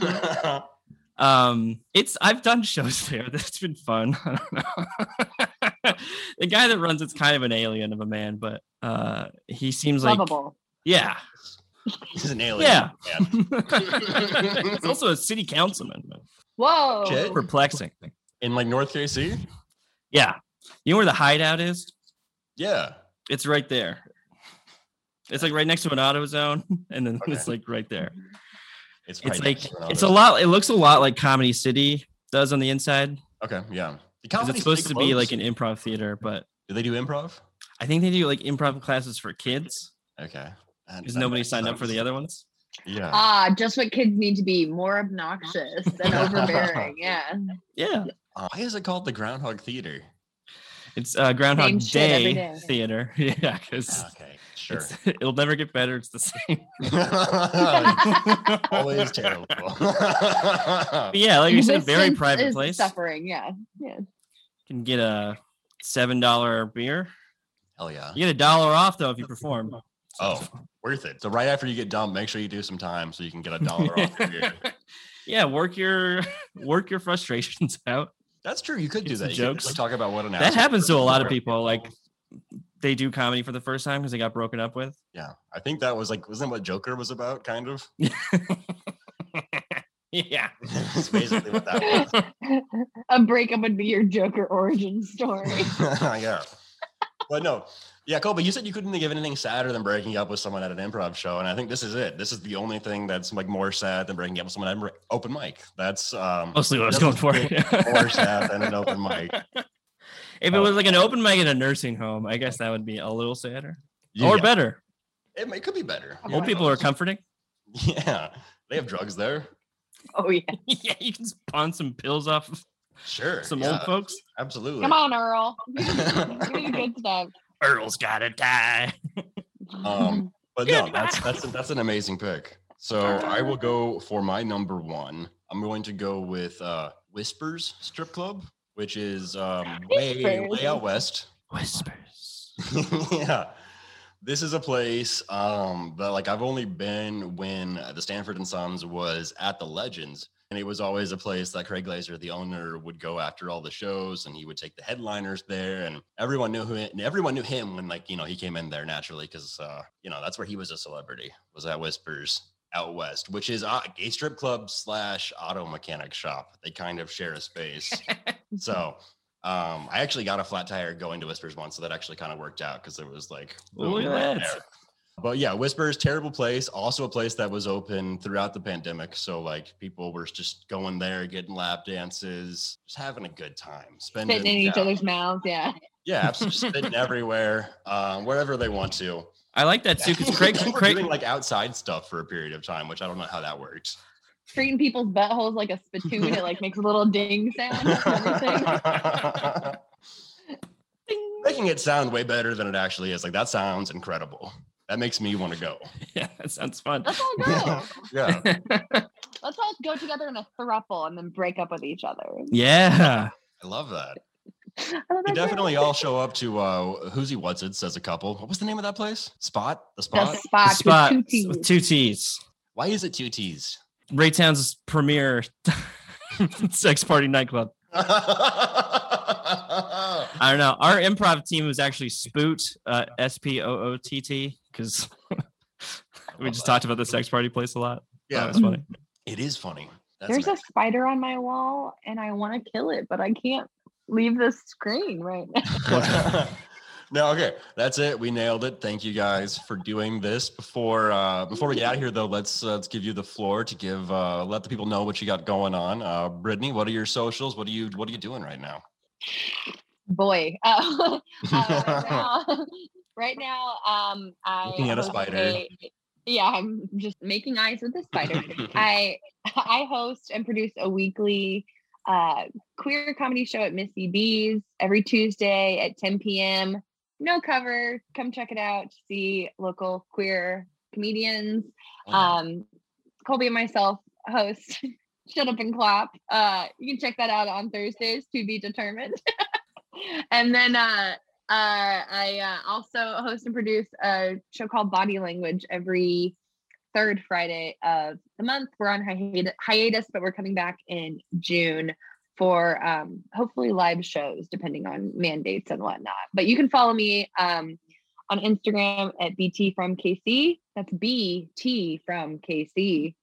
Speaker 3: um it's i've done shows <laughs> there that's been fun <laughs> I don't know. <laughs> the guy that runs it's kind of an alien of a man but uh he seems like
Speaker 4: lovable
Speaker 3: yeah
Speaker 2: <laughs> He's an alien.
Speaker 3: Yeah.
Speaker 2: man. <laughs>
Speaker 3: <laughs> it's also a city councilman but
Speaker 4: whoa
Speaker 2: Shit.
Speaker 3: perplexing
Speaker 2: In like North KC?
Speaker 3: yeah you know where the hideout is
Speaker 2: Yeah.
Speaker 3: it's right there it's like right next to an auto zone <laughs> and then
Speaker 2: Okay.
Speaker 3: it's like right there it's
Speaker 2: right
Speaker 3: like
Speaker 2: next to an
Speaker 3: it's a
Speaker 2: auto-
Speaker 3: lot it looks a lot like comedy city does on the inside 'cause
Speaker 2: Okay, yeah. The
Speaker 3: it's
Speaker 2: comedy's
Speaker 3: supposed to be like an
Speaker 2: close.
Speaker 3: improv theater but
Speaker 2: Do they do improv?
Speaker 3: I think they do like improv classes for kids
Speaker 2: Okay. That-
Speaker 3: because
Speaker 2: that
Speaker 3: nobody
Speaker 2: makes
Speaker 3: signed up for
Speaker 2: sense.
Speaker 3: the other ones.
Speaker 2: Yeah.
Speaker 4: Ah, just what kids need to be more obnoxious
Speaker 2: <laughs>
Speaker 4: and overbearing.
Speaker 3: <laughs>
Speaker 4: Yeah.
Speaker 3: Yeah,
Speaker 2: Uh, why is it called the Groundhog Theater?
Speaker 3: it's uh, Groundhog
Speaker 4: Same shit
Speaker 3: Day,
Speaker 4: every day.
Speaker 3: theater. <laughs> Yeah, because
Speaker 2: Okay, Ah,
Speaker 3: <laughs>
Speaker 2: sure. <laughs>
Speaker 3: it'll never get better. It's the same. Oh,
Speaker 2: Always terrible.
Speaker 3: <laughs>
Speaker 2: <laughs>
Speaker 3: But yeah, like you said, very
Speaker 4: Resistance
Speaker 3: private
Speaker 4: is
Speaker 3: place.
Speaker 4: Suffering, yeah. yeah.
Speaker 3: Can get a seven dollar beer.
Speaker 2: Hell yeah.
Speaker 3: You get a dollar off though if you perform.
Speaker 2: Oh, worth it. So right after you get dumped, make sure you do some time so you can get a dollar off your
Speaker 3: <laughs>
Speaker 2: beer.
Speaker 3: <laughs> yeah, work your <laughs> work your frustrations <laughs> out.
Speaker 2: That's true. You could do
Speaker 3: Get some
Speaker 2: that. You could just,
Speaker 3: jokes.
Speaker 2: like, talk about what an
Speaker 3: That
Speaker 2: asshole
Speaker 3: happens to a
Speaker 2: you
Speaker 3: lot
Speaker 2: are.
Speaker 3: of people. Like they do comedy for the first time because they got broken up with. <laughs>
Speaker 2: Yeah, I think that was like wasn't that what Joker was about? Kind of. <laughs>
Speaker 3: Yeah.
Speaker 2: That's basically what that was.
Speaker 4: <laughs>
Speaker 2: <laughs>
Speaker 4: A breakup would be your Joker origin story.
Speaker 2: yeah. But no, Yeah, Kobe, you said you couldn't think of anything sadder than breaking up with someone at an improv show, and I think this is it. This is the only thing that's like more sad than breaking up with someone at an open mic. That's um,
Speaker 3: <laughs> Mostly what I was going for. <laughs>
Speaker 2: more sad than an open mic.
Speaker 3: If it was like an open mic in a nursing home, I guess that would be a little sadder
Speaker 2: Yeah.
Speaker 3: or better.
Speaker 2: It, may- it could be better.
Speaker 4: Old
Speaker 2: You
Speaker 3: Old
Speaker 2: know,
Speaker 3: people are comforting.
Speaker 2: <laughs>
Speaker 3: <laughs>
Speaker 2: Yeah, they have drugs there. <laughs>
Speaker 4: Oh yeah.
Speaker 3: yeah, you can pawn some pills off of
Speaker 2: Sure.
Speaker 3: some
Speaker 2: yeah,
Speaker 3: old folks.
Speaker 2: Absolutely.
Speaker 4: Come
Speaker 2: <laughs>
Speaker 4: on, Earl. Give me the good stuff.
Speaker 3: Earl's gotta die.
Speaker 4: <laughs>
Speaker 2: Um, But no, that's
Speaker 3: Goodbye.
Speaker 2: that's that's an amazing pick. So I will go for my number one. I'm going to go with uh, Whispers Strip Club, which is um, way way out west.
Speaker 3: Whispers.
Speaker 2: <laughs> yeah. This is a place um, that like I've only been when the Stanford and Sons was at the Legends. And it was always a place that Craig Glazer, the owner, would go after all the shows and he would take the headliners there. And everyone knew who and everyone knew him when like, you know, he came in there naturally because uh, you know, that's where he was a celebrity, was at Whispers out west, which is uh, a strip club slash auto mechanic shop. They kind of share a space.
Speaker 4: <laughs>
Speaker 2: So um, I actually got a flat tire going to Whispers once, so that actually kind of worked out because it was like boom
Speaker 3: Oh, Look at that.
Speaker 2: But yeah, Whispers terrible place. Also a place that was open throughout the pandemic, so like people were just going there, getting lap dances, just having a good time, spending
Speaker 4: Spitting in each
Speaker 2: yeah,
Speaker 4: other's mouths. Yeah.
Speaker 2: yeah,
Speaker 4: <laughs>
Speaker 2: absolutely spitting everywhere, um, wherever they want to.
Speaker 3: I like that too, because
Speaker 2: <laughs>
Speaker 3: Craig,
Speaker 2: They were
Speaker 3: Craig, <laughs>
Speaker 2: doing like outside stuff for a period of time, which I don't know how that worked.
Speaker 4: Treating people's buttholes like a spittoon. It like makes a little ding sound. and
Speaker 2: <laughs>
Speaker 4: everything.
Speaker 2: Making it sound way better than it actually is. Like that sounds incredible. That makes me want to go.
Speaker 3: yeah, that sounds fun.
Speaker 4: Let's all go.
Speaker 2: Yeah.
Speaker 4: Let's all go together in a thruple and then break up with each other. uh,
Speaker 3: Yeah,
Speaker 2: I love that.
Speaker 4: I love
Speaker 2: We
Speaker 4: that
Speaker 2: definitely all show up to uh Who's he what's it says a couple. What was the name of that place? Spot? The
Speaker 4: too. The
Speaker 2: spot?
Speaker 3: The
Speaker 4: spot.
Speaker 3: spot
Speaker 4: With two
Speaker 3: with
Speaker 4: T's.
Speaker 3: two T's.
Speaker 2: Why is it two <laughs> T's?
Speaker 3: Raytown's premier <laughs> sex party nightclub. I don't know. Our improv team was actually Spoot, uh, S P O O T T, because we
Speaker 2: love
Speaker 3: just
Speaker 2: that.
Speaker 3: talked about the sex party place a lot. Yeah,
Speaker 2: yeah,
Speaker 3: that's funny.
Speaker 2: it is funny. That's
Speaker 4: There's a
Speaker 2: amazing.
Speaker 4: spider on my wall and I want to kill it, but I can't leave this screen right now. <laughs>
Speaker 2: <laughs> no, okay, that's it. We nailed it. Thank you guys for doing this. Before uh, before we get out of here, though, let's uh, let's give you the floor to give uh, let the people know what you got going on. Uh, Brittany, what are your socials? What are you what are you doing right now?
Speaker 4: Boy. Uh, <laughs>
Speaker 2: <laughs>
Speaker 4: uh, right now, <laughs> right now, um, I
Speaker 2: Looking at a
Speaker 4: host
Speaker 2: spider.
Speaker 4: a- yeah, I'm just making eyes with
Speaker 2: <laughs>
Speaker 4: this spider. I I host and produce a weekly uh, queer comedy show at Missy B's every Tuesday at 10 p.m. No cover. Come check it out. See local queer comedians. Um, Colby and myself host <laughs> Shut Up and Clap. Uh, you can check that out on Thursdays to be determined. <laughs> and then uh, uh, I uh, also host and produce a show called Body Language every third Friday of the month. We're on hiatus, hiatus but we're coming back in June for um, hopefully live shows, depending on mandates and whatnot. But you can follow me um, on Instagram at BT from KC. That's BT from KC.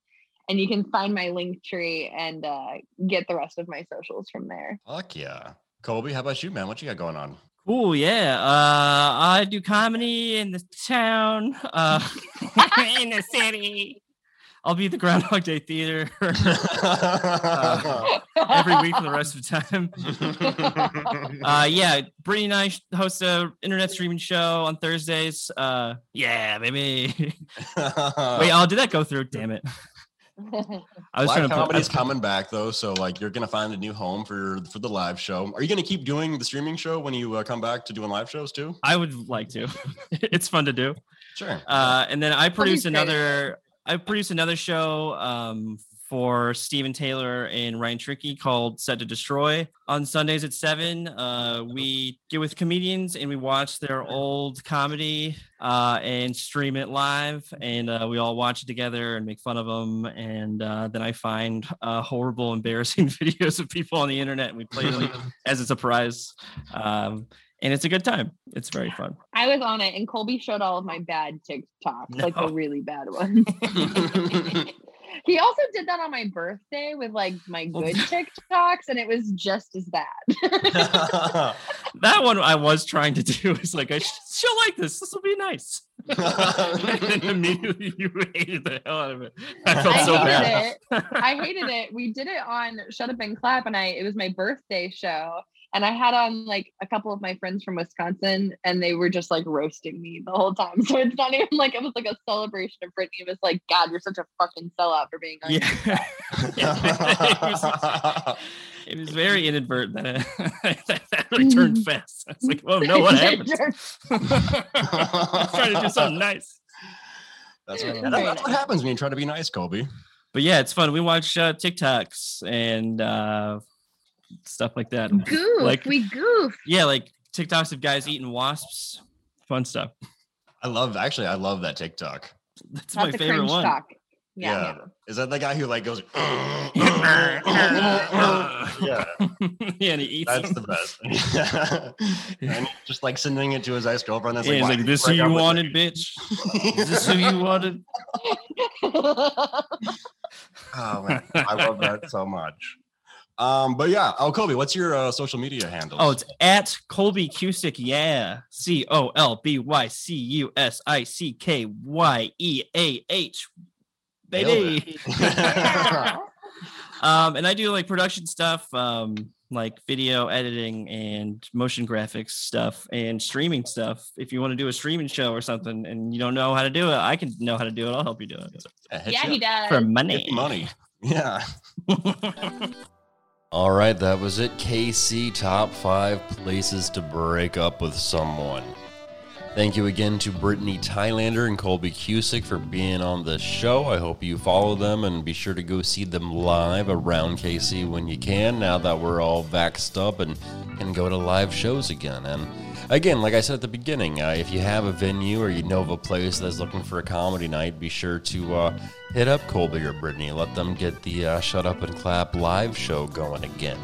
Speaker 4: And you can find my link tree and uh, get the rest of my socials from there.
Speaker 2: Fuck yeah, Colby. How about you, man? What you got going on?
Speaker 3: Cool, yeah. Uh, I do comedy in the town, uh, <laughs> in the city. I'll be at the Groundhog Day Theater <laughs>
Speaker 2: <laughs>
Speaker 4: <laughs>
Speaker 3: every week for the rest of the time. Uh, yeah, Brittany and I sh- host a internet streaming show on Thursdays. Uh,
Speaker 2: <laughs>
Speaker 3: yeah, baby. Wait, oh, did that go through? Damn it! I was
Speaker 2: Live
Speaker 3: trying to.
Speaker 2: comedy is
Speaker 3: Put,
Speaker 2: coming back though, so like you're gonna find a new home for for the live show. Are you gonna keep doing the streaming show when you uh, come back to doing live shows too?
Speaker 3: I would like to. <laughs> it's fun to do. <laughs>
Speaker 2: Sure.
Speaker 3: Uh, and then I produce
Speaker 4: great.
Speaker 3: another. I produce another show um, for Steven Taylor and Ryan Tricky called Set to Destroy on Sundays at seven. Uh, we get with comedians and we watch their old comedy uh, and stream it live, and uh, we all watch it together and make fun of them. And uh, then I find uh, horrible, embarrassing <laughs> videos of people on the internet, and we play
Speaker 2: <laughs>
Speaker 3: it like, as a surprise. Um, and it's a good time. It's very fun.
Speaker 4: I was on it, and Colby showed all of my bad TikToks, like
Speaker 3: No.
Speaker 4: the really bad ones. <laughs> He also did that on my birthday with like
Speaker 3: <laughs>
Speaker 4: my
Speaker 3: Well,
Speaker 4: good TikToks, and it was just as bad. <laughs>
Speaker 3: That one I was trying to <laughs> do is like, I sh- she'll like this. This will be nice. <laughs> and then immediately you hated the hell out of it. I felt
Speaker 4: I
Speaker 3: so
Speaker 4: hated
Speaker 3: bad.
Speaker 4: it.
Speaker 3: <laughs>
Speaker 4: I hated it. We did it on Shut Up and Clap, and I it was my birthday show, and I had on like a couple of my friends from Wisconsin, and they were just like roasting me the whole time. <laughs> So it's not even like it was like a celebration of Brittany. It was like, God, you're such a fucking sellout for being on.
Speaker 3: <laughs>
Speaker 4: <laughs>
Speaker 3: Yeah. it, was, it was very inadvertent that it, <laughs> that, that really
Speaker 4: Mm.
Speaker 3: turned fast. I was like, oh no, what happened?
Speaker 4: <laughs>
Speaker 3: <laughs> I was trying to do something nice.
Speaker 5: That's what,
Speaker 4: Very
Speaker 5: that's what
Speaker 4: nice.
Speaker 5: happens when you try to be nice, Colby.
Speaker 3: But yeah, it's fun. We watch uh, TikToks and uh, stuff like that.
Speaker 4: Goof,
Speaker 3: Like-
Speaker 4: we goof.
Speaker 3: Yeah, like TikToks of guys eating wasps. Fun stuff.
Speaker 5: I love actually. I love that TikTok.
Speaker 3: That's,
Speaker 4: That's
Speaker 3: my
Speaker 4: a
Speaker 3: favorite
Speaker 4: cringe
Speaker 3: one.
Speaker 4: talk. Yeah. <laughs>
Speaker 5: Is that the guy
Speaker 2: <laughs>
Speaker 5: who like goes? yeah,
Speaker 3: <laughs> yeah, and he eats
Speaker 5: that's
Speaker 3: them. <laughs>
Speaker 5: the best. <laughs> and just like sending it to his ex girlfriend. That's
Speaker 3: Yeah,
Speaker 5: like,
Speaker 3: he's
Speaker 5: "Why
Speaker 3: like,
Speaker 5: did
Speaker 3: this who
Speaker 5: break up
Speaker 3: you
Speaker 5: with me?"
Speaker 3: wanted, bitch.
Speaker 5: <laughs>
Speaker 3: Is this who you wanted?
Speaker 5: oh, man, I love that so much. Um, but yeah, oh Kobe, what's your uh, social media handle?
Speaker 3: Oh,
Speaker 5: <laughs>
Speaker 3: it's at Colby Cusick. Yeah. C O L B Y C U S I C K Y E A H.
Speaker 5: Nailed
Speaker 3: Baby. um, and I do like production stuff, um, like video editing and motion graphics stuff and streaming stuff. If you want to do a streaming show or something and you don't know how to do it, I can know how to do it. I'll help you do it
Speaker 5: hit
Speaker 4: yeah,
Speaker 5: you
Speaker 4: he does.
Speaker 5: up.
Speaker 3: for
Speaker 5: Hit
Speaker 3: money.
Speaker 5: money. Yeah. <laughs> All right, that was it. KC Top 5 Places to Break Up with Someone. Thank you again to Brittany Tylander and Colby Cusick for being on the show. I hope you follow them and be sure to go see them live around KC when you can, now that we're all vaxxed up and can go to live shows again. And again, like I said at the beginning, uh, if you have a venue or you know of a place that's looking for a comedy night, be sure to uh, hit up Colby or Brittany. Let them get the uh, Shut Up and Clap live show going again.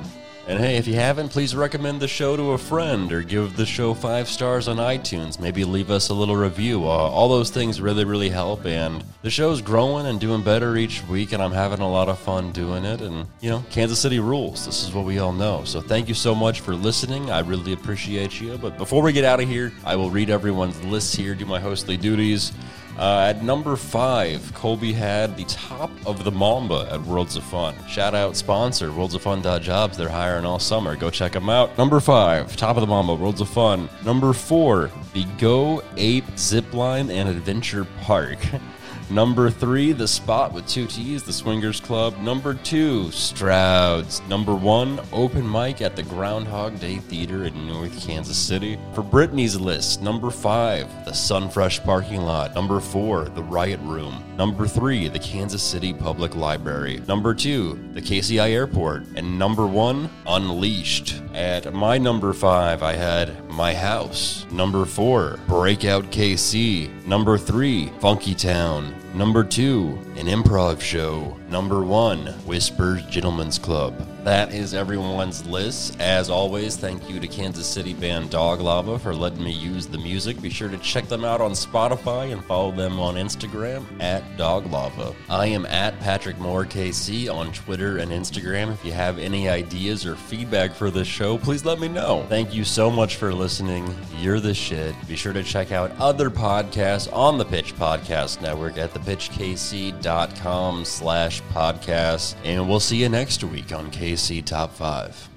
Speaker 5: And hey, if you haven't, please recommend the show to a friend or give the show five stars on iTunes. Maybe leave us a little review. Uh, all those things really, really help. And the show's growing and doing better each week, and I'm having a lot of fun doing it. And, you know, Kansas City rules. This is what we all know. So thank you so much for listening. I really appreciate you. But before we get out of here, I will read everyone's lists here, do my hostly duties. Uh, at number five, Colby had the top of the Mamba at Worlds of Fun. Shout out sponsor, worldsoffun.jobs. They're hiring all summer. Go check them out. Number five, top of the Mamba, Worlds of Fun. Number four, the Go Ape Zipline and Adventure Park. <laughs> Number three, The Spot with two T's, The Swingers Club. Number two, Stroud's. Number one, Open Mic at the Groundhog Day Theater in North Kansas City. For Brittany's list, number five, The Sunfresh Parking Lot. Number four, The Riot Room. Number three, The Kansas City Public Library. Number two, The KCI Airport. And number one, Unleashed. At my number five, I had My House. Number four, Breakout KC. Number three, Funky Town. Number two, an improv show. Number one, Whispers Gentlemen's Club. That is everyone's list. As always, thank you to Kansas City band Dog Lava for letting me use the music. Be sure to check them out on Spotify and follow them on Instagram at Dog Lava. I am at Patrick Moore KC on Twitter and Instagram. If you have any ideas or feedback for this show, please let me know. Thank you so much for listening. You're the shit. Be sure to check out other podcasts on the Pitch Podcast Network at thepitchkc.com slash podcast. And we'll see you next week on KC Top 5.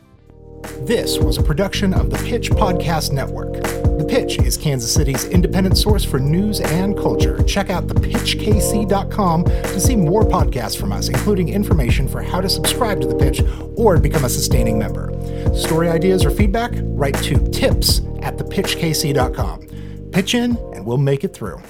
Speaker 1: This was a production of the Pitch Podcast Network. The Pitch is Kansas City's independent source for news and culture. Check out thepitchkc.com to see more podcasts from us, including information for how to subscribe to The Pitch or become a sustaining member. Story ideas or feedback? Write to tips at thepitchkc.com. Pitch in, and we'll make it through.